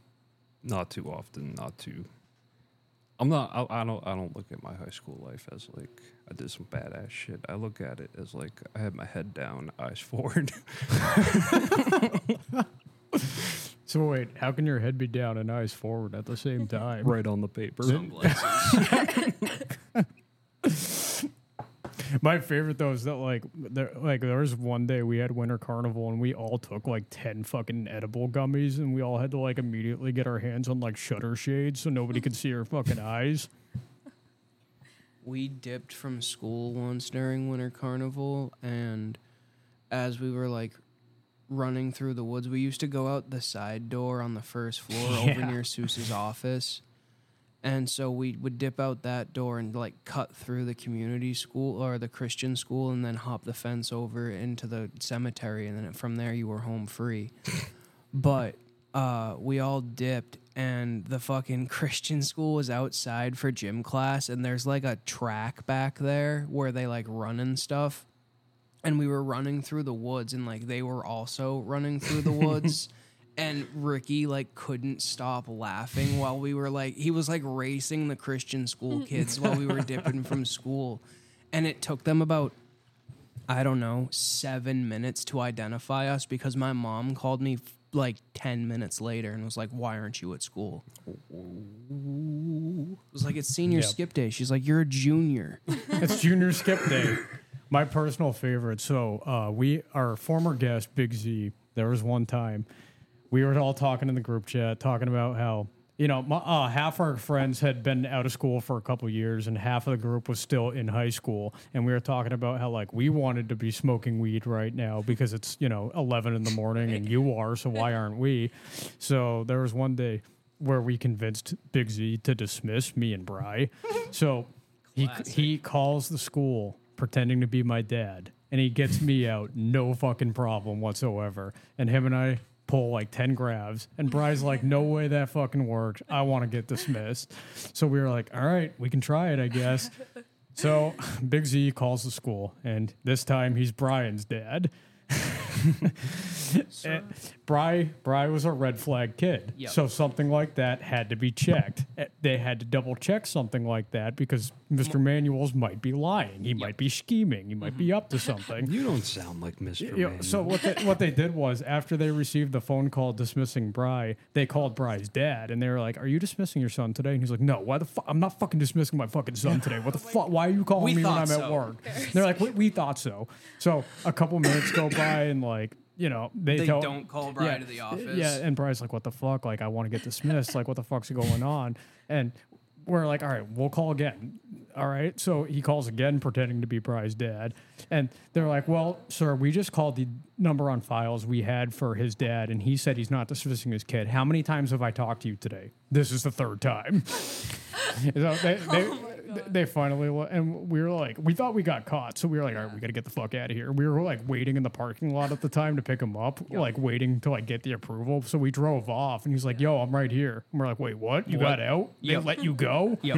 [SPEAKER 2] not too often. Not too. I'm not. I, I don't. I don't look at my high school life as like I did some badass shit. I look at it as like I had my head down, eyes forward.
[SPEAKER 1] So wait, how can your head be down and eyes forward at the same time?
[SPEAKER 2] right on the paper.
[SPEAKER 1] My favorite though is that like there like there was one day we had winter carnival and we all took like ten fucking edible gummies and we all had to like immediately get our hands on like shutter shades so nobody could see our fucking eyes.
[SPEAKER 3] We dipped from school once during winter carnival, and as we were like running through the woods, we used to go out the side door on the first floor over
[SPEAKER 1] Yeah.
[SPEAKER 3] near Seuss's office. And so we would dip out that door and like cut through the community school or the Christian school and then hop the fence over into the cemetery. And then from there, you were home free. but uh, we all dipped and the fucking christian school was outside for gym class and there's like a track back there where they like run and stuff and we were running through the woods and like they were also running through the woods and ricky like couldn't stop laughing while we were like he was like racing the christian school kids while we were dipping from school and it took them about I don't know, seven minutes to identify us because my mom called me f- like 10 minutes later and was like, Why aren't you at school? It was like, It's senior
[SPEAKER 1] Yep.
[SPEAKER 3] skip day. She's like, You're a junior.
[SPEAKER 1] It's junior skip day. My personal favorite. So uh, we, our former guest Big Z, there was one time we were all talking in the group chat, talking about how you know my, uh, half our friends had been out of school for a couple years, and half of the group was still in high school, and we were talking about how like we wanted to be smoking weed right now because it's you know eleven in the morning and you are, so why aren't we? So there was one day where we convinced Big Z to dismiss me and Bry. So he he calls the school pretending to be my dad, and he gets me out, no fucking problem whatsoever. And him and I pull like ten grabs, and Bry's like, "No way that fucking works. I want to get dismissed." So we were like, "All right, we can try it, I guess." So Big Z calls the school, and this time he's Brian's dad. And Bry Bry was a red flag kid,
[SPEAKER 3] Yep.
[SPEAKER 1] so something like that had to be checked. Eh, They had to double check something like that because Mr. Manuels might be lying. He might be scheming. He might be up to something.
[SPEAKER 2] You don't sound like Mister.
[SPEAKER 1] You know,
[SPEAKER 2] Man.
[SPEAKER 1] so what they, what they did was after they received the phone call dismissing Bry, they called Bry's dad and they were like, "Are you dismissing your son today?" And he's like, "No, why the fuck? I'm not fucking dismissing my fucking son today. What the fuck? Why are you calling
[SPEAKER 3] We
[SPEAKER 1] me when
[SPEAKER 3] thought
[SPEAKER 1] I'm at
[SPEAKER 3] so."
[SPEAKER 1] work?" And they're like, we, "We thought so." So a couple minutes go by and like you know they,
[SPEAKER 3] They
[SPEAKER 1] tell-
[SPEAKER 3] don't call Bri
[SPEAKER 1] yeah,
[SPEAKER 3] to the
[SPEAKER 1] yeah,
[SPEAKER 3] office.
[SPEAKER 1] Yeah, and Bry's like, "What the fuck? Like, I want to get dismissed. like, what the fuck's going on?" And we're like, all right, we'll call again. All right. So he calls again, pretending to be Bry's dad. And they're like, well, sir, we just called the number on files we had for his dad, and he said he's not dismissing his kid. How many times have I talked to you today? This is the third time. so they, they, they finally, le- and we were like, we thought we got caught. So we were like, all right, we got to get the fuck out of here. We were like waiting in the parking lot at the time to pick him up, like waiting to like get the approval. So we drove off, and he's like, yo, I'm right here. And we're like, wait, what? You got out? They
[SPEAKER 3] Yep.
[SPEAKER 1] let you go?
[SPEAKER 3] Yep.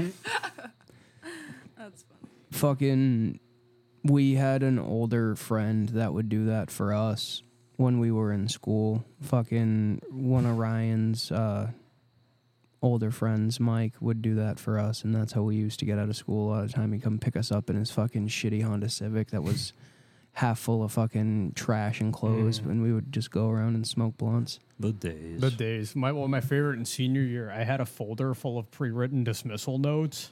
[SPEAKER 4] That's funny.
[SPEAKER 3] fucking we had an older friend that would do that for us when we were in school fucking one of ryan's uh, older friends mike would do that for us and that's how we used to get out of school a lot of time he'd come pick us up in his fucking shitty honda civic that was half full of fucking trash and clothes and we would just go around and smoke blunts
[SPEAKER 2] The days.
[SPEAKER 1] The days. My well, my favorite in senior year, I had a folder full of pre-written dismissal notes.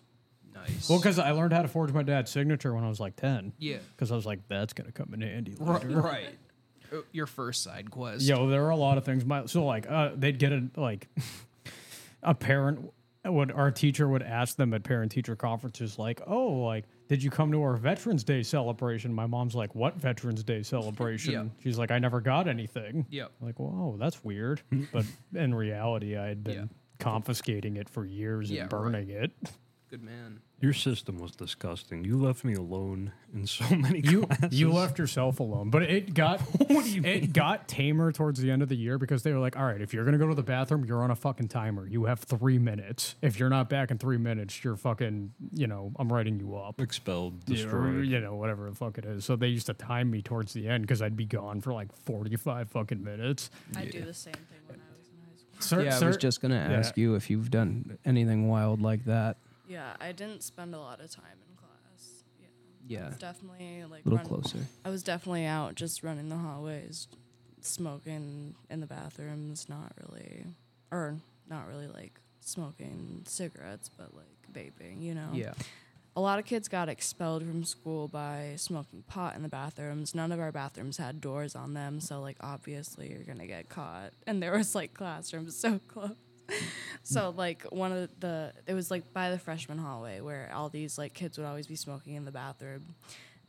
[SPEAKER 3] nice
[SPEAKER 1] Well, because I learned how to forge my dad's signature when I was like ten.
[SPEAKER 3] yeah
[SPEAKER 1] Because I was like, that's gonna come in handy. Later.
[SPEAKER 3] right, right. Oh, your first side quest
[SPEAKER 1] Yo, there were a lot of things. My so like uh, they'd get a like a parent would our teacher would ask them at parent teacher conferences like, oh, like did you come to our Veterans Day celebration? My mom's like, what Veterans Day celebration?
[SPEAKER 3] Yeah.
[SPEAKER 1] She's like, I never got anything.
[SPEAKER 3] Yep.
[SPEAKER 1] Like, whoa, that's weird. but in reality, I had been
[SPEAKER 3] Yeah.
[SPEAKER 1] confiscating it for years
[SPEAKER 3] Yeah, right.
[SPEAKER 1] and burning it.
[SPEAKER 3] good man
[SPEAKER 2] Your system was disgusting. You left me alone in so many
[SPEAKER 1] You
[SPEAKER 2] classes.
[SPEAKER 1] you left yourself alone, but it got it got tamer towards the end of the year because they were like, "All right, if you're gonna go to the bathroom, you're on a fucking timer. You have three minutes. If you're not back in three minutes, you're fucking you know I'm writing you up,
[SPEAKER 2] expelled,
[SPEAKER 1] You know, or,
[SPEAKER 2] destroyed.
[SPEAKER 1] you know whatever the fuck it is." So they used to time me towards the end because I'd be gone for like forty five fucking minutes.
[SPEAKER 4] I do the same thing when I was in high school.
[SPEAKER 1] Cer-
[SPEAKER 3] yeah i was
[SPEAKER 1] cer-
[SPEAKER 3] just gonna ask you if you've done anything wild like that
[SPEAKER 4] Yeah, I didn't spend a lot of time in class. Yeah,
[SPEAKER 3] yeah
[SPEAKER 4] it's definitely like
[SPEAKER 3] a little
[SPEAKER 4] run-
[SPEAKER 3] closer
[SPEAKER 4] I was definitely out just running the hallways, smoking in the bathrooms, not really, or not really like smoking cigarettes, but like vaping, you know?
[SPEAKER 3] Yeah.
[SPEAKER 4] A lot of kids got expelled from school by smoking pot in the bathrooms. None of our bathrooms had doors on them, so like obviously you're gonna get caught. And there was like classrooms so close. So like one of the it was like by the freshman hallway where all these like kids would always be smoking in the bathroom,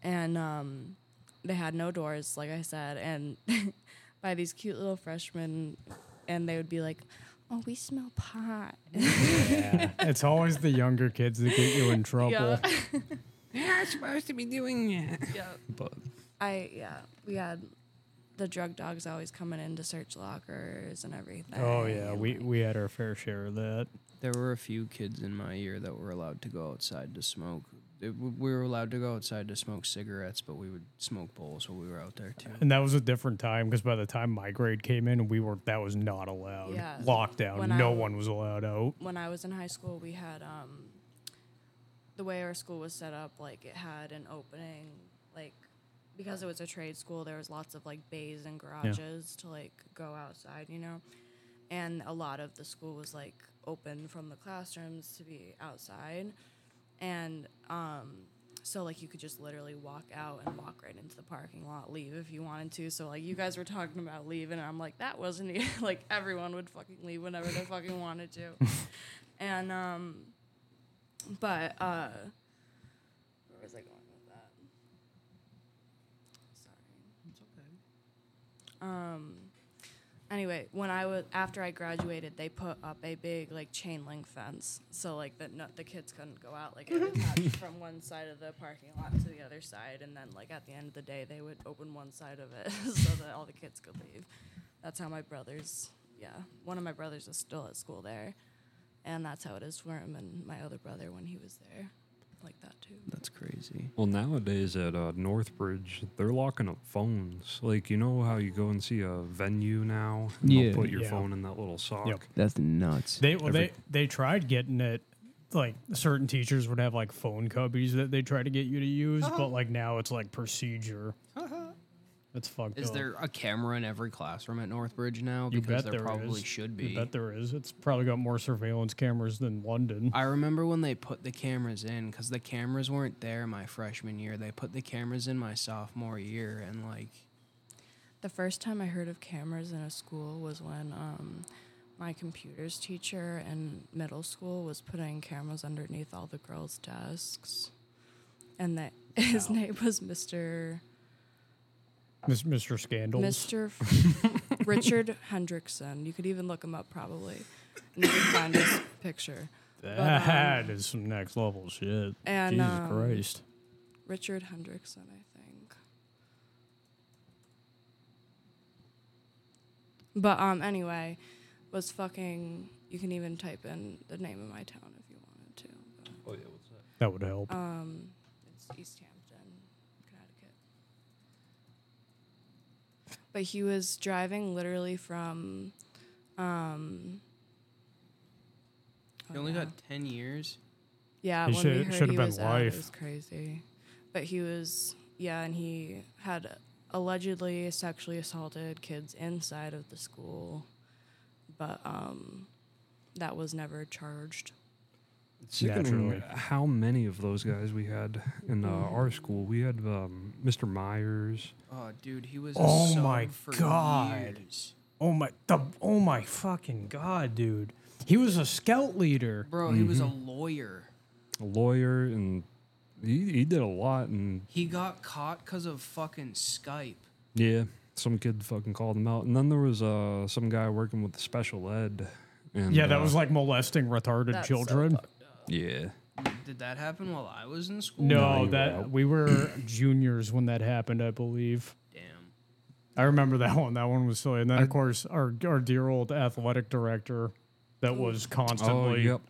[SPEAKER 4] and um, they had no doors, like I said, and by these cute little freshmen, and they would be like, "Oh, we smell pot."
[SPEAKER 1] yeah. it's always the younger kids that get you in trouble.
[SPEAKER 4] Yeah.
[SPEAKER 2] You're not supposed to be doing that.
[SPEAKER 4] yeah,
[SPEAKER 2] But
[SPEAKER 4] I yeah, we had the drug dogs always coming in to search lockers and everything.
[SPEAKER 1] Oh yeah, we
[SPEAKER 4] like-
[SPEAKER 1] we had our fair share of that.
[SPEAKER 3] There were a few kids in my year that were allowed to go outside to smoke. It- w- we were allowed to go outside to smoke cigarettes, but we would smoke bowls while we were out there too.
[SPEAKER 1] And that was a different time because by the time my grade came in, we were that was not allowed.
[SPEAKER 4] Yeah.
[SPEAKER 1] Lockdown.
[SPEAKER 4] When
[SPEAKER 1] no
[SPEAKER 4] I-
[SPEAKER 1] one was allowed out.
[SPEAKER 4] when I was in high school, we had um, the way our school was set up. Like it had an opening, like because it was a trade school, there was lots of like bays and garages to like go outside, you know. And a lot of the school was like open from the classrooms to be outside, and um, so like you could just literally walk out and walk right into the parking lot, leave if you wanted to. So like you guys were talking about leaving, and I'm like that wasn't even like everyone would fucking leave whenever they fucking wanted to, and um, but uh, where was I going with that? Sorry, it's okay. Um. Anyway, when I was after I graduated, they put up a big like chain link fence, so like the no, the kids couldn't go out like it was attached from one side of the parking lot to the other side, and then like at the end of the day, they would open one side of it so that all the kids could leave. That's how my brothers, yeah, one of my brothers is still at school there, and that's how it is for him and my other brother when he was there, like that too.
[SPEAKER 3] That's crazy.
[SPEAKER 2] well, nowadays at uh, Northbridge, they're locking up phones. Like you know how you go and see a venue now, and
[SPEAKER 3] Yeah.
[SPEAKER 2] they'll put your
[SPEAKER 1] Yeah.
[SPEAKER 2] phone in that little sock.
[SPEAKER 1] Yep.
[SPEAKER 3] That's nuts.
[SPEAKER 1] They well,
[SPEAKER 2] Every-
[SPEAKER 1] they they tried getting it. Like certain teachers would have like phone cubbies that they try to get you to use,
[SPEAKER 4] Uh-huh.
[SPEAKER 1] but like now it's like procedure. That's fucked
[SPEAKER 3] Is
[SPEAKER 1] up.
[SPEAKER 3] there a camera in every classroom at Northbridge now?
[SPEAKER 1] You
[SPEAKER 3] Because
[SPEAKER 1] bet
[SPEAKER 3] there
[SPEAKER 1] there
[SPEAKER 3] probably
[SPEAKER 1] is.
[SPEAKER 3] should
[SPEAKER 1] You
[SPEAKER 3] be.
[SPEAKER 1] bet there is. It's probably got more surveillance cameras than London.
[SPEAKER 3] I remember when they put the cameras in because the cameras weren't there my freshman year. They put the cameras in my sophomore year, and like,
[SPEAKER 4] The first time I heard of cameras in a school was when um, my computer's teacher in middle school was putting cameras underneath all the girls' desks, and that his name was Mr.
[SPEAKER 1] Mis- Mr. Scandals.
[SPEAKER 4] Mr. F- Richard Hendrickson. You could even look him up probably, and you can find his picture.
[SPEAKER 1] That is some next level shit.
[SPEAKER 4] And,
[SPEAKER 1] Jesus
[SPEAKER 4] um,
[SPEAKER 1] Christ.
[SPEAKER 4] Richard Hendrickson, I think. But um, anyway, was fucking. You can even type in the name of my town if you wanted to. but
[SPEAKER 1] That would help.
[SPEAKER 4] uh, It's East Hampton, Connecticut. But he was driving literally from. Um, oh,
[SPEAKER 3] He only
[SPEAKER 4] yeah.
[SPEAKER 3] got 10 years.
[SPEAKER 4] Yeah,
[SPEAKER 1] He
[SPEAKER 4] when
[SPEAKER 1] should-
[SPEAKER 4] we heard
[SPEAKER 1] should have
[SPEAKER 4] he
[SPEAKER 1] been
[SPEAKER 4] was out, it
[SPEAKER 1] life.
[SPEAKER 4] was crazy. But he was, yeah, and he had allegedly sexually assaulted kids inside of the school, but um, that was never charged.
[SPEAKER 2] It's sickening
[SPEAKER 1] Naturally.
[SPEAKER 2] how many of those guys we had in uh,
[SPEAKER 4] Mm.
[SPEAKER 2] our school. We had um, Mr. Myers.
[SPEAKER 3] Oh, dude, he was.
[SPEAKER 1] Oh sub my for God. oh my the oh my fucking god, dude. He was a scout leader.
[SPEAKER 3] Bro, he was a
[SPEAKER 1] Mm-hmm.
[SPEAKER 3] lawyer.
[SPEAKER 2] a lawyer and he, he did a lot and
[SPEAKER 3] He got caught because of fucking Skype.
[SPEAKER 2] yeah some kid fucking called him out and then there was uh some guy working with special ed and
[SPEAKER 1] Yeah, that
[SPEAKER 2] uh,
[SPEAKER 1] was like molesting retarded
[SPEAKER 4] That's so
[SPEAKER 1] children.
[SPEAKER 2] yeah
[SPEAKER 3] Did that happen while I was in school?
[SPEAKER 2] No,
[SPEAKER 1] No,
[SPEAKER 2] you
[SPEAKER 1] that
[SPEAKER 2] were out.
[SPEAKER 1] we were juniors when that happened, I believe.
[SPEAKER 3] Damn.
[SPEAKER 1] I remember that one. That one was silly. And then of course our our dear old athletic director that was
[SPEAKER 2] oh
[SPEAKER 1] constantly
[SPEAKER 2] yep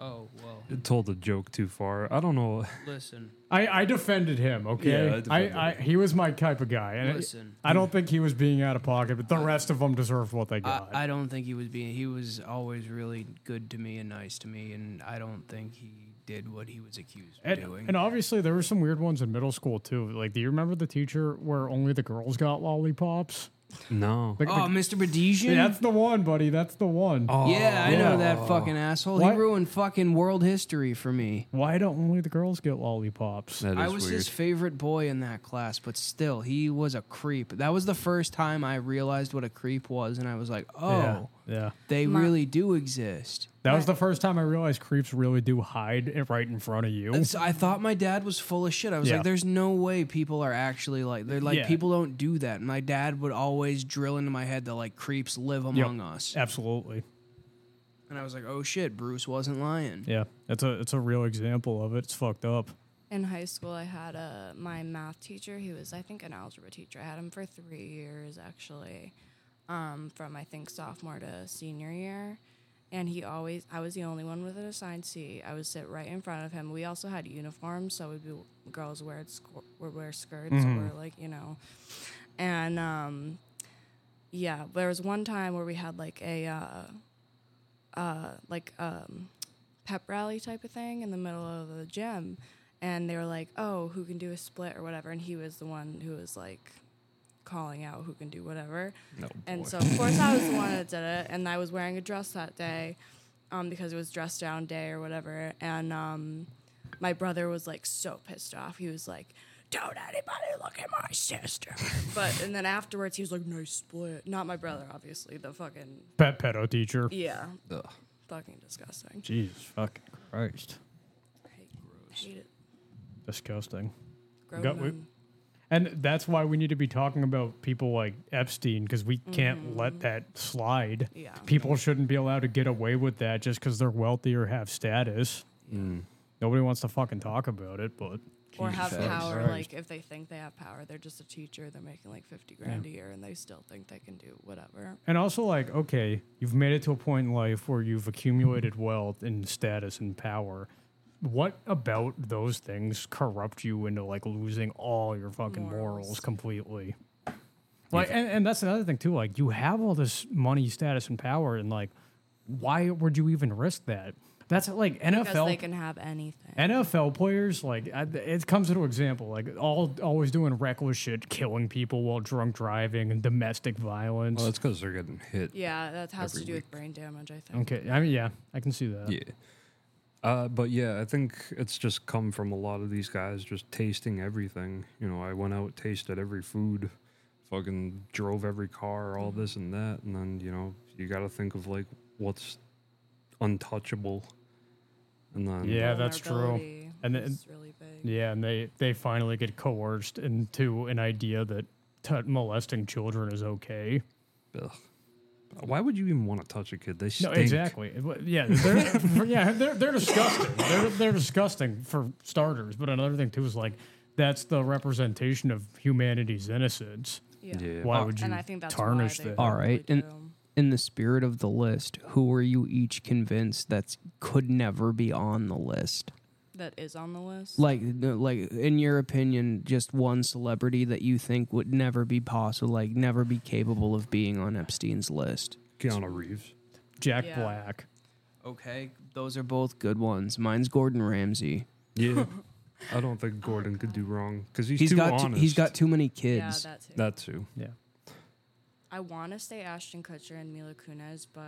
[SPEAKER 3] Oh, well.
[SPEAKER 2] it told the joke too far I don't know
[SPEAKER 3] Listen.
[SPEAKER 1] I, I defended him, okay?
[SPEAKER 2] Yeah, I
[SPEAKER 1] I,
[SPEAKER 2] defended
[SPEAKER 1] I, he was my type of guy. And
[SPEAKER 3] Listen.
[SPEAKER 1] I don't think he was being out of pocket, but the rest of them deserved what they
[SPEAKER 3] I,
[SPEAKER 1] got.
[SPEAKER 3] I don't think he was being. He was always really good to me and nice to me, and I don't think he did what he was accused of
[SPEAKER 1] and,
[SPEAKER 3] doing.
[SPEAKER 1] and obviously, there were some weird ones in middle school, too. Like, do you remember the teacher where only the girls got lollipops?
[SPEAKER 2] no
[SPEAKER 1] Like,
[SPEAKER 3] oh,
[SPEAKER 1] the-
[SPEAKER 3] Mr. Bedesian?
[SPEAKER 1] Yeah, that's the one, buddy. That's the one.
[SPEAKER 3] yeah, I
[SPEAKER 2] oh.
[SPEAKER 1] yeah. Oh.
[SPEAKER 3] know that fucking asshole.
[SPEAKER 1] What?
[SPEAKER 3] He ruined fucking world history for me.
[SPEAKER 1] Why don't only the girls get lollipops?
[SPEAKER 2] that is
[SPEAKER 3] I was
[SPEAKER 2] weird
[SPEAKER 3] his favorite boy in that class, but still, he was a creep. That was the first time I realized what a creep was, and I was like, oh,
[SPEAKER 1] Yeah, yeah.
[SPEAKER 3] they
[SPEAKER 4] My-
[SPEAKER 3] really do exist.
[SPEAKER 1] That was the first time I realized creeps really do hide it right in front of you.
[SPEAKER 3] And so I thought my dad was full of shit. I was
[SPEAKER 1] Yeah.
[SPEAKER 3] like, there's no way people are actually like, they're like,
[SPEAKER 1] Yeah.
[SPEAKER 3] people don't do that. And my dad would always drill into my head that like creeps live among us.
[SPEAKER 1] Absolutely.
[SPEAKER 3] And I was like, oh shit, Bruce wasn't lying.
[SPEAKER 1] Yeah, that's a it's a real example of it. It's fucked up.
[SPEAKER 4] In high school, I had a my math teacher. He was, I think, an algebra teacher. I had him for three years, actually, um, from I think sophomore to senior year. And he always, I was the only one with an assigned seat. I would sit right in front of him. We also had uniforms, so we'd be girls wear sco- would wear skirts or like you know, and um, yeah, there was one time where we had like a uh, uh, like um, pep rally type of thing in the middle of the gym, and they were like, "Oh, who can do a split or whatever?" And he was the one who was like calling out who can do whatever. and so of course I was the one that did it, and I was wearing a dress that day, um, because it was dress down day or whatever, and um my brother was like so pissed off. He was like, "Don't anybody look at my sister!" But and then afterwards, he was like, "Nice split." Not my brother, obviously. The fucking
[SPEAKER 1] Pet pedo teacher.
[SPEAKER 4] yeah,
[SPEAKER 2] Ugh.
[SPEAKER 4] fucking disgusting.
[SPEAKER 1] Jesus fucking Christ.
[SPEAKER 4] Hate, hate it.
[SPEAKER 1] Disgusting.
[SPEAKER 4] Grown
[SPEAKER 1] Got- we-
[SPEAKER 4] men.
[SPEAKER 1] And that's why we need to be talking about people like Epstein because we can't let that slide.
[SPEAKER 4] Yeah.
[SPEAKER 1] People shouldn't be allowed to get away with that just because they're wealthy or have status.
[SPEAKER 2] Mm.
[SPEAKER 1] Nobody wants to fucking talk about it, but
[SPEAKER 4] or have
[SPEAKER 2] Jesus
[SPEAKER 4] power.
[SPEAKER 2] Christ.
[SPEAKER 4] Like if they think they have power, they're just a teacher. They're making like fifty grand a year, and they still think they can do whatever.
[SPEAKER 1] and also like okay, you've made it to a point in life where you've accumulated wealth and status and power. What about those things corrupt you into like losing all your fucking morals,
[SPEAKER 4] Morals.
[SPEAKER 1] completely? Like, and, and that's another thing too. Like, you have all this money, status, and power, and like, why would you even risk that? That's like
[SPEAKER 4] Because
[SPEAKER 1] NFL
[SPEAKER 4] they can have anything.
[SPEAKER 1] NFL players, like I, it comes into example, like all always doing reckless shit, killing people while drunk driving and domestic violence.
[SPEAKER 2] well that's because they're getting hit
[SPEAKER 4] yeah, that has
[SPEAKER 2] Every
[SPEAKER 4] to do
[SPEAKER 2] week.
[SPEAKER 4] with brain damage. I think.
[SPEAKER 1] okay, I mean, yeah, I can see that.
[SPEAKER 2] yeah uh, but yeah, I think it's just come from a lot of these guys just tasting everything. You know, I went out, tasted every food, fucking drove every car, all this and that, and then you know, you got to think of like what's untouchable, and then
[SPEAKER 1] Yeah, that's true.
[SPEAKER 4] Vulnerability
[SPEAKER 1] And then-
[SPEAKER 4] is really big.
[SPEAKER 1] Yeah, and they they finally get coerced into an idea that t- molesting children is okay.
[SPEAKER 2] Ugh. why would you even want to touch a kid? They
[SPEAKER 1] No,
[SPEAKER 2] stink.
[SPEAKER 1] exactly. It wa- Yeah, they're, yeah, they're, they're disgusting. They're, they're disgusting for starters. But another thing too is like that's the representation of humanity's innocence.
[SPEAKER 2] Yeah.
[SPEAKER 1] Why would you
[SPEAKER 4] and I think that's
[SPEAKER 1] tarnish
[SPEAKER 4] why they
[SPEAKER 1] that?
[SPEAKER 3] All right,
[SPEAKER 4] probably
[SPEAKER 3] and-
[SPEAKER 4] do.
[SPEAKER 3] In the spirit of the list, who are you each convinced that could never be on the list?
[SPEAKER 4] that is on the list.
[SPEAKER 3] Like, like in your opinion, just one celebrity that you think would never be possible, like never be capable of being on Epstein's list.
[SPEAKER 2] Keanu Reeves.
[SPEAKER 1] Jack
[SPEAKER 4] Yeah.
[SPEAKER 1] Black.
[SPEAKER 3] Okay, those are both good ones. Mine's Gordon Ramsay.
[SPEAKER 2] Yeah, I don't think Gordon could do wrong because he's,
[SPEAKER 3] he's
[SPEAKER 2] too
[SPEAKER 3] got
[SPEAKER 2] honest.
[SPEAKER 3] t- he's got too many
[SPEAKER 4] yeah,
[SPEAKER 3] kids.
[SPEAKER 4] that too.
[SPEAKER 2] that too.
[SPEAKER 4] I want to say Ashton Kutcher and Mila Kunis, but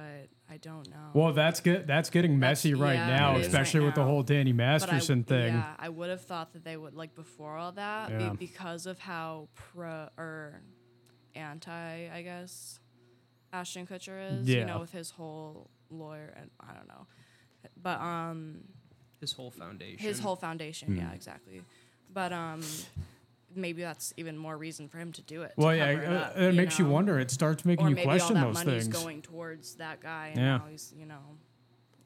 [SPEAKER 4] I don't know.
[SPEAKER 1] Well, that's get that's getting
[SPEAKER 4] That's-
[SPEAKER 1] messy right
[SPEAKER 4] yeah,
[SPEAKER 1] now,
[SPEAKER 2] it is
[SPEAKER 1] especially
[SPEAKER 4] right
[SPEAKER 1] with the
[SPEAKER 4] now.
[SPEAKER 1] whole Danny
[SPEAKER 4] But I-
[SPEAKER 1] Masterson thing.
[SPEAKER 4] Yeah, I would have thought that they would like before all that be-
[SPEAKER 1] Yeah.
[SPEAKER 4] because of how pro or anti, I guess, Ashton Kutcher is.
[SPEAKER 1] Yeah.
[SPEAKER 4] You know, with his whole lawyer and I don't know, but um,
[SPEAKER 3] His whole foundation.
[SPEAKER 4] his whole foundation.
[SPEAKER 1] Hmm.
[SPEAKER 4] Yeah, exactly. But um, maybe that's even more reason for him to do it. to
[SPEAKER 1] Well, yeah, uh,
[SPEAKER 4] cover it, up,
[SPEAKER 1] it, it makes you
[SPEAKER 4] know?
[SPEAKER 1] wonder. It starts
[SPEAKER 4] or
[SPEAKER 1] making you
[SPEAKER 4] maybe
[SPEAKER 1] question
[SPEAKER 4] all that
[SPEAKER 1] those
[SPEAKER 4] money's
[SPEAKER 1] things.
[SPEAKER 4] going towards that guy. And
[SPEAKER 1] Yeah.
[SPEAKER 4] now he's, you know,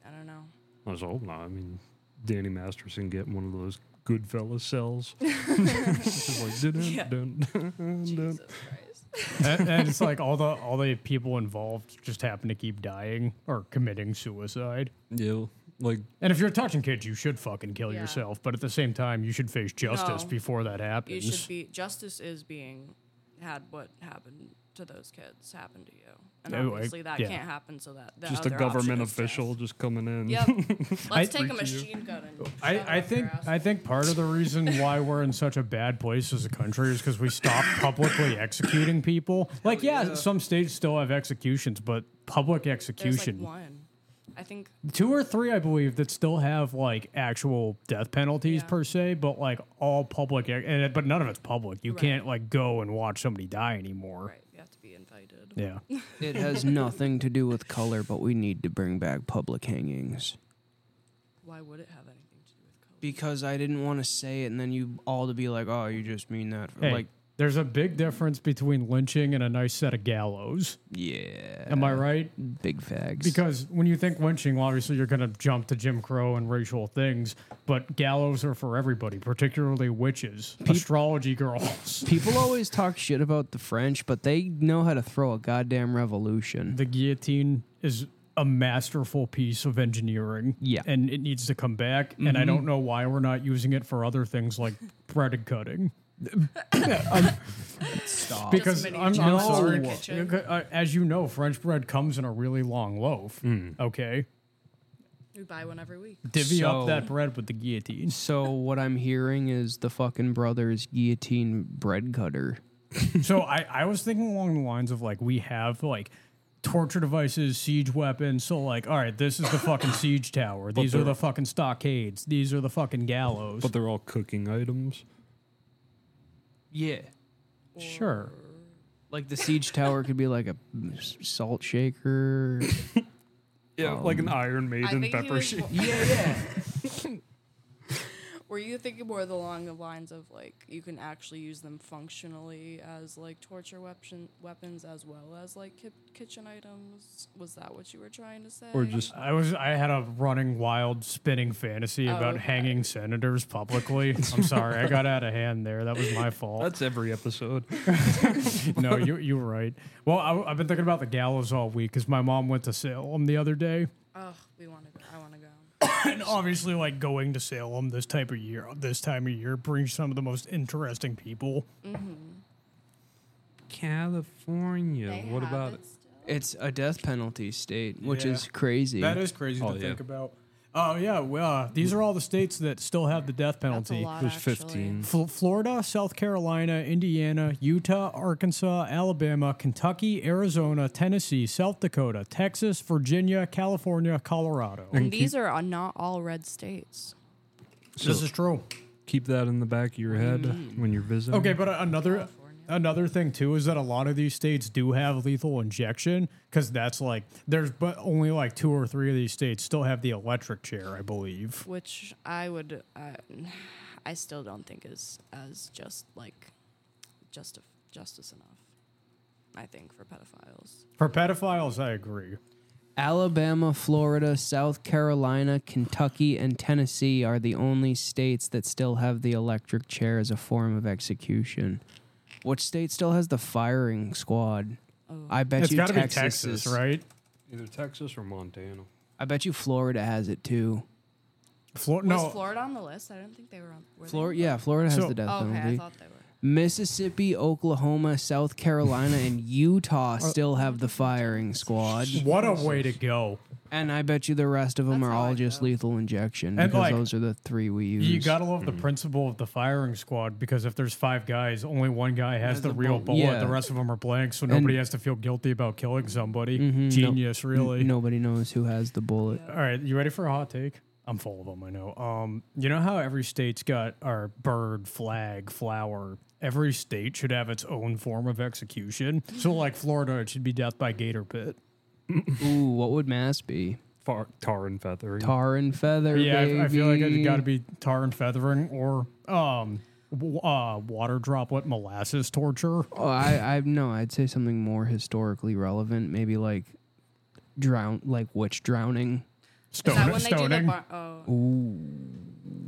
[SPEAKER 4] I don't know.
[SPEAKER 2] I was hope not. I mean, Danny Masterson get one of those good fella cells. Just like, dun, dun, dun,
[SPEAKER 4] Yeah.
[SPEAKER 2] dun, dun.
[SPEAKER 1] uh,
[SPEAKER 4] Jesus Christ.
[SPEAKER 1] and, and it's like all the all the people involved just happen to keep dying or committing suicide.
[SPEAKER 2] Yeah, like
[SPEAKER 1] And if you're touching kids, you should fucking kill
[SPEAKER 4] Yeah.
[SPEAKER 1] yourself. But at the same time, you should face justice
[SPEAKER 4] No.
[SPEAKER 1] before that
[SPEAKER 4] You
[SPEAKER 1] happens.
[SPEAKER 4] should be justice is being had what happened to those kids happen to you. And
[SPEAKER 1] Oh, I-
[SPEAKER 4] obviously that
[SPEAKER 1] yeah.
[SPEAKER 4] can't happen so that the
[SPEAKER 2] just a
[SPEAKER 4] other option
[SPEAKER 2] government
[SPEAKER 4] is death.
[SPEAKER 2] official just coming in.
[SPEAKER 4] Yep. Let's take
[SPEAKER 2] Freak
[SPEAKER 4] a
[SPEAKER 2] you.
[SPEAKER 4] machine gun and shove it
[SPEAKER 1] I, I
[SPEAKER 4] up their
[SPEAKER 1] think
[SPEAKER 4] ass.
[SPEAKER 1] I think part of the reason why we're in such a bad place as a country is because we stopped publicly executing people. Like, yeah, some states still have executions, but public
[SPEAKER 4] There's,
[SPEAKER 1] execution,
[SPEAKER 4] Like one. I think
[SPEAKER 1] two or three, I believe, that still have like actual death penalties
[SPEAKER 4] Yeah.
[SPEAKER 1] per se, but like all public, ex- and, but none of it's public. You
[SPEAKER 4] Right.
[SPEAKER 1] can't like go and watch somebody die anymore.
[SPEAKER 4] right, you have to be invited.
[SPEAKER 1] Yeah.
[SPEAKER 3] It has nothing to do with color, but we need to bring back public hangings.
[SPEAKER 4] Why would it have anything to do with color?
[SPEAKER 3] Because I didn't want to say it, and then you all to be like, "Oh, you just mean that." for-"
[SPEAKER 1] Hey,
[SPEAKER 3] Like,
[SPEAKER 1] there's a big difference between lynching and a nice set of gallows.
[SPEAKER 3] yeah,
[SPEAKER 1] Am I right?
[SPEAKER 3] big fags?
[SPEAKER 1] Because when you think lynching, obviously you're going to jump to Jim Crow and racial things, but gallows are for everybody, particularly witches, astrology girls.
[SPEAKER 3] people always talk shit about the French, but they know how to throw a goddamn revolution.
[SPEAKER 1] The guillotine is a masterful piece of engineering.
[SPEAKER 3] Yeah. Mm-hmm.
[SPEAKER 1] And it needs to come back. And I don't know why we're not using it for other things like bread cutting.
[SPEAKER 3] Stop.
[SPEAKER 1] Because
[SPEAKER 4] mini
[SPEAKER 1] I'm, I'm
[SPEAKER 4] challenge
[SPEAKER 1] sorry.
[SPEAKER 4] in the kitchen.
[SPEAKER 1] you- uh, As you know, French bread comes in a really long loaf.
[SPEAKER 3] Mm.
[SPEAKER 1] Okay.
[SPEAKER 4] We buy one every week.
[SPEAKER 1] divvy
[SPEAKER 3] So-
[SPEAKER 1] up that bread with the guillotine.
[SPEAKER 3] so what I'm hearing is the fucking brothers guillotine bread cutter.
[SPEAKER 1] so I, I was thinking along the lines of like we have like torture devices, siege weapons. So like, all right, this is the fucking siege tower. These are
[SPEAKER 2] they're-
[SPEAKER 1] the fucking stockades. These are the fucking gallows.
[SPEAKER 2] but they're all cooking items.
[SPEAKER 3] Yeah.
[SPEAKER 1] sure.
[SPEAKER 3] Like the siege tower could be like a salt shaker.
[SPEAKER 2] Yeah, like an Iron
[SPEAKER 4] I
[SPEAKER 2] Maiden
[SPEAKER 4] think he
[SPEAKER 2] pepper
[SPEAKER 4] was,
[SPEAKER 2] shake.
[SPEAKER 3] yeah, yeah.
[SPEAKER 4] Were you thinking more along the lines of like you can actually use them functionally as like torture weapon weapons as well as like ki- kitchen items? Was that what you were trying to say?
[SPEAKER 2] Or just
[SPEAKER 1] I was I had a running wild spinning fantasy
[SPEAKER 4] Oh,
[SPEAKER 1] about
[SPEAKER 4] okay.
[SPEAKER 1] hanging senators publicly. I'm sorry, I got out of hand there. That was my fault.
[SPEAKER 2] that's every episode.
[SPEAKER 1] no, you you were right. Well, I, I've been thinking about the gallows all week because my mom went to Salem the other day.
[SPEAKER 4] Ugh, we want to go. I want to go.
[SPEAKER 1] And obviously, like going to Salem this type of year, this time of year, brings some of the most interesting people.
[SPEAKER 2] California. what about it?
[SPEAKER 3] It's a death penalty state, which
[SPEAKER 1] Yeah.
[SPEAKER 3] is crazy.
[SPEAKER 1] That is crazy
[SPEAKER 2] Oh,
[SPEAKER 1] to
[SPEAKER 2] yeah.
[SPEAKER 1] think about. Oh yeah, well, uh, these are all the states that still have the death
[SPEAKER 4] That's a
[SPEAKER 1] penalty:
[SPEAKER 4] lot.
[SPEAKER 2] There's
[SPEAKER 4] actually.
[SPEAKER 2] 15.
[SPEAKER 1] Fl- Florida, South Carolina, Indiana, Utah, Arkansas, Alabama, Kentucky, Arizona, Tennessee, South Dakota, Texas, Virginia, California, Colorado.
[SPEAKER 4] And these are uh, not all red states.
[SPEAKER 2] So
[SPEAKER 1] this is true.
[SPEAKER 2] keep that in the back of your head when you're visiting.
[SPEAKER 1] Okay, but another
[SPEAKER 4] California.
[SPEAKER 1] Another thing too is that a lot of these states do have lethal injection because that's like there's but only like two or three of these states still have the electric chair, I believe.
[SPEAKER 4] which I would, uh, I still don't think is as just like just justice enough. I think for pedophiles,
[SPEAKER 1] For pedophiles, I agree.
[SPEAKER 3] Alabama, Florida, South Carolina, Kentucky, and Tennessee are the only states that still have the electric chair as a form of execution. Which state still has the firing squad? I bet
[SPEAKER 1] It's
[SPEAKER 3] you
[SPEAKER 1] got to be
[SPEAKER 3] Texas,
[SPEAKER 1] Texas,
[SPEAKER 3] is-
[SPEAKER 1] right?
[SPEAKER 2] Either Texas or Montana.
[SPEAKER 3] I bet you Florida has it too.
[SPEAKER 1] Flo-
[SPEAKER 4] was
[SPEAKER 1] no,
[SPEAKER 4] Florida on the list? I don't think they were on. Were they
[SPEAKER 3] Florida, yeah, Florida has
[SPEAKER 1] So-
[SPEAKER 3] the death
[SPEAKER 4] Oh, okay, I
[SPEAKER 3] penalty.
[SPEAKER 4] thought they were.
[SPEAKER 3] Mississippi, Oklahoma, South Carolina, and Utah still have the firing squad.
[SPEAKER 1] what a way to go!
[SPEAKER 3] And I bet you the rest of them
[SPEAKER 4] That's
[SPEAKER 3] are
[SPEAKER 4] how I
[SPEAKER 3] all just
[SPEAKER 4] feel.
[SPEAKER 3] lethal injection
[SPEAKER 1] And,
[SPEAKER 3] because
[SPEAKER 1] like,
[SPEAKER 3] those are the three we use.
[SPEAKER 1] You gotta love the principle of the firing squad because if there's five guys, only one guy has the,
[SPEAKER 3] the
[SPEAKER 1] real
[SPEAKER 3] bu-
[SPEAKER 1] bullet.
[SPEAKER 3] yeah.
[SPEAKER 1] The rest of them are blank, so nobody has to feel guilty about killing somebody.
[SPEAKER 3] Mhm.
[SPEAKER 1] Genius, really.
[SPEAKER 3] Nobody knows who has the bullet.
[SPEAKER 1] All right, you ready for a hot take? I'm full of them. I know. Um, you know how every state's got our bird, flag, flower. Every state should have its own form of execution. So, like Florida, it should be death by gator pit.
[SPEAKER 3] Ooh, what would mass be?
[SPEAKER 2] Far, tar and feathery.
[SPEAKER 3] Tar and feather.
[SPEAKER 1] yeah,
[SPEAKER 3] baby.
[SPEAKER 1] I, I feel like it's got to be tar and feathering or um, w- uh, water droplet molasses torture.
[SPEAKER 3] Oh, I, I no, I'd say something more historically relevant. Maybe like drown, like witch drowning.
[SPEAKER 4] Is that
[SPEAKER 1] Stone,
[SPEAKER 4] when they do the
[SPEAKER 1] stoning.
[SPEAKER 4] bar-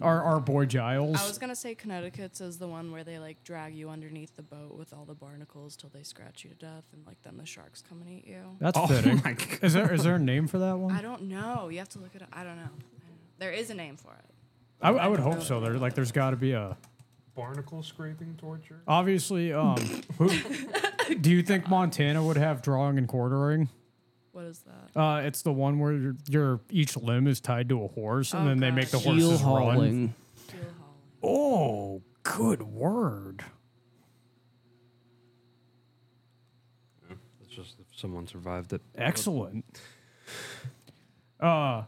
[SPEAKER 4] oh,
[SPEAKER 1] Our, our boy
[SPEAKER 4] I
[SPEAKER 1] Giles.
[SPEAKER 4] was gonna say Connecticut's is the one where they like drag you underneath the boat with all the barnacles till they scratch you to death, and like then the sharks come and eat you.
[SPEAKER 1] That's
[SPEAKER 2] oh
[SPEAKER 1] fitting.
[SPEAKER 2] my god.
[SPEAKER 1] Is there is there a name for that
[SPEAKER 4] I
[SPEAKER 1] one?
[SPEAKER 4] don't know. You have to look it up. I don't know. I don't know. There is a name for it.
[SPEAKER 1] I, I would hope so. There like there's got to be a
[SPEAKER 2] Barnacle scraping torture.
[SPEAKER 1] Obviously, um, who, do you think Montana would have drawing and quartering?
[SPEAKER 4] What is that?
[SPEAKER 1] Uh, it's the one where your, your each limb is tied to a horse, and
[SPEAKER 4] Oh,
[SPEAKER 1] then they make the
[SPEAKER 4] gosh.
[SPEAKER 3] Heel
[SPEAKER 1] horses run.
[SPEAKER 3] hauling.
[SPEAKER 4] Keel hauling.
[SPEAKER 1] Oh, good word!
[SPEAKER 2] It's just if someone survived it.
[SPEAKER 1] Excellent. Uh,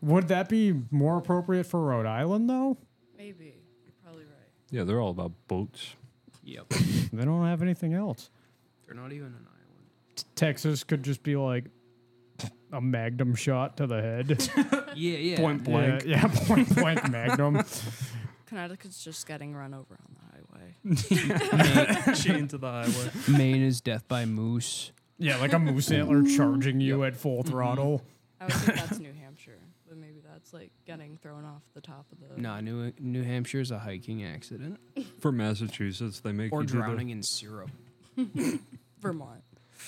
[SPEAKER 1] would that be more appropriate for Rhode Island though?
[SPEAKER 4] Maybe. You're probably right.
[SPEAKER 2] Yeah, they're all about boats.
[SPEAKER 3] Yep.
[SPEAKER 1] They don't have anything else.
[SPEAKER 3] They're not even an island.
[SPEAKER 1] Texas could just be like a magnum shot to the head.
[SPEAKER 3] Yeah, yeah.
[SPEAKER 2] Point blank.
[SPEAKER 1] Yeah, yeah point blank magnum.
[SPEAKER 4] Connecticut's just getting run over on the highway.
[SPEAKER 2] Chained to the highway.
[SPEAKER 3] Maine is death by moose.
[SPEAKER 1] Yeah, like a moose antler charging you at
[SPEAKER 3] Mm-hmm.
[SPEAKER 1] full throttle.
[SPEAKER 4] I would think that's New Hampshire, but maybe that's like getting thrown off the top of the.
[SPEAKER 3] Nah, New New Hampshire's a hiking accident
[SPEAKER 2] For Massachusetts, they make
[SPEAKER 3] or
[SPEAKER 2] you do the-
[SPEAKER 3] drowning in syrup.
[SPEAKER 4] Vermont.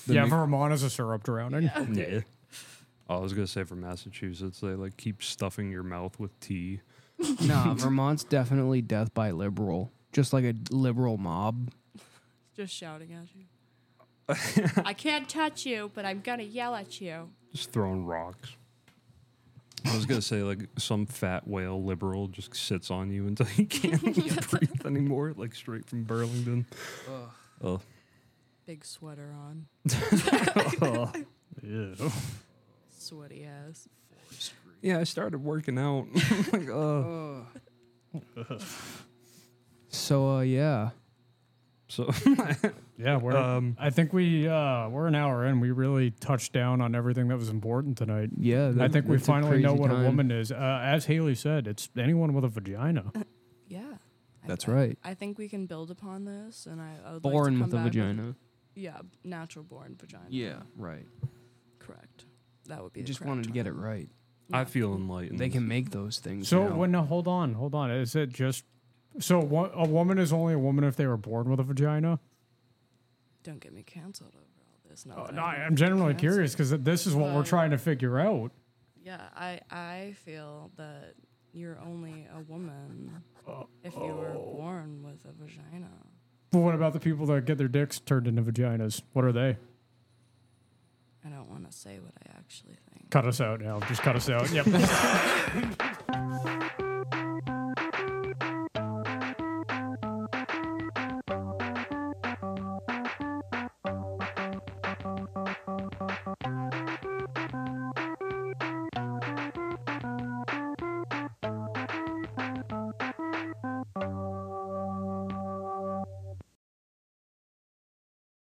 [SPEAKER 2] they
[SPEAKER 1] yeah,
[SPEAKER 2] make-
[SPEAKER 1] Vermont is a syrup drowning.
[SPEAKER 2] Yeah. Oh, I was gonna say for Massachusetts, they like keep stuffing your mouth with tea.
[SPEAKER 3] nah, Vermont's definitely death by liberal, just like a liberal mob.
[SPEAKER 4] Just shouting at you. I can't touch you, but I'm gonna yell at you.
[SPEAKER 2] Just throwing rocks. I was gonna say like some fat whale liberal just sits on you until you can't breathe anymore, like straight from Burlington. Oh,
[SPEAKER 4] Big sweater on. Sweaty ass.
[SPEAKER 2] yeah, I started working out. like, uh,
[SPEAKER 3] So uh, yeah,
[SPEAKER 2] so
[SPEAKER 1] yeah, we're.
[SPEAKER 2] Um,
[SPEAKER 1] I think we uh, we're an hour in. We really touched down on everything that was important tonight.
[SPEAKER 3] yeah.
[SPEAKER 1] I
[SPEAKER 3] that-
[SPEAKER 1] think we
[SPEAKER 3] that's a
[SPEAKER 1] finally know
[SPEAKER 3] crazy
[SPEAKER 1] what
[SPEAKER 3] time.
[SPEAKER 1] a woman is. Uh, as Haley said, it's anyone with a vagina.
[SPEAKER 4] Yeah. I-
[SPEAKER 3] That's
[SPEAKER 4] I-
[SPEAKER 3] right.
[SPEAKER 4] I think we can build upon this, and I, I would like
[SPEAKER 3] Born
[SPEAKER 4] to
[SPEAKER 3] with a
[SPEAKER 4] come back
[SPEAKER 3] vagina.
[SPEAKER 4] yeah, natural born vagina.
[SPEAKER 3] Yeah, right.
[SPEAKER 4] correct. That would be.
[SPEAKER 3] You
[SPEAKER 4] the
[SPEAKER 3] just
[SPEAKER 4] correct
[SPEAKER 3] wanted to get it
[SPEAKER 4] term.
[SPEAKER 3] right.
[SPEAKER 2] I feel enlightened.
[SPEAKER 3] They can make those things.
[SPEAKER 1] Mm. So
[SPEAKER 3] now.
[SPEAKER 1] when no, hold on, hold on. Is it just so wo- a woman is only a woman if they were born with a vagina?
[SPEAKER 4] Don't get me canceled over all this. Not
[SPEAKER 1] Uh,
[SPEAKER 4] that
[SPEAKER 1] no,
[SPEAKER 4] I
[SPEAKER 1] I-
[SPEAKER 4] don't
[SPEAKER 1] I'm
[SPEAKER 4] get
[SPEAKER 1] generally
[SPEAKER 4] canceled.
[SPEAKER 1] curious because this is what we're
[SPEAKER 3] Uh,
[SPEAKER 4] Well-
[SPEAKER 1] trying to figure out.
[SPEAKER 4] Yeah, I I feel that you're only a woman if you were born with a vagina.
[SPEAKER 1] But what about the people that get their dicks turned into vaginas? What are they?
[SPEAKER 4] I don't want to say what I actually think.
[SPEAKER 1] Cut us out now. Just cut us out. Yep.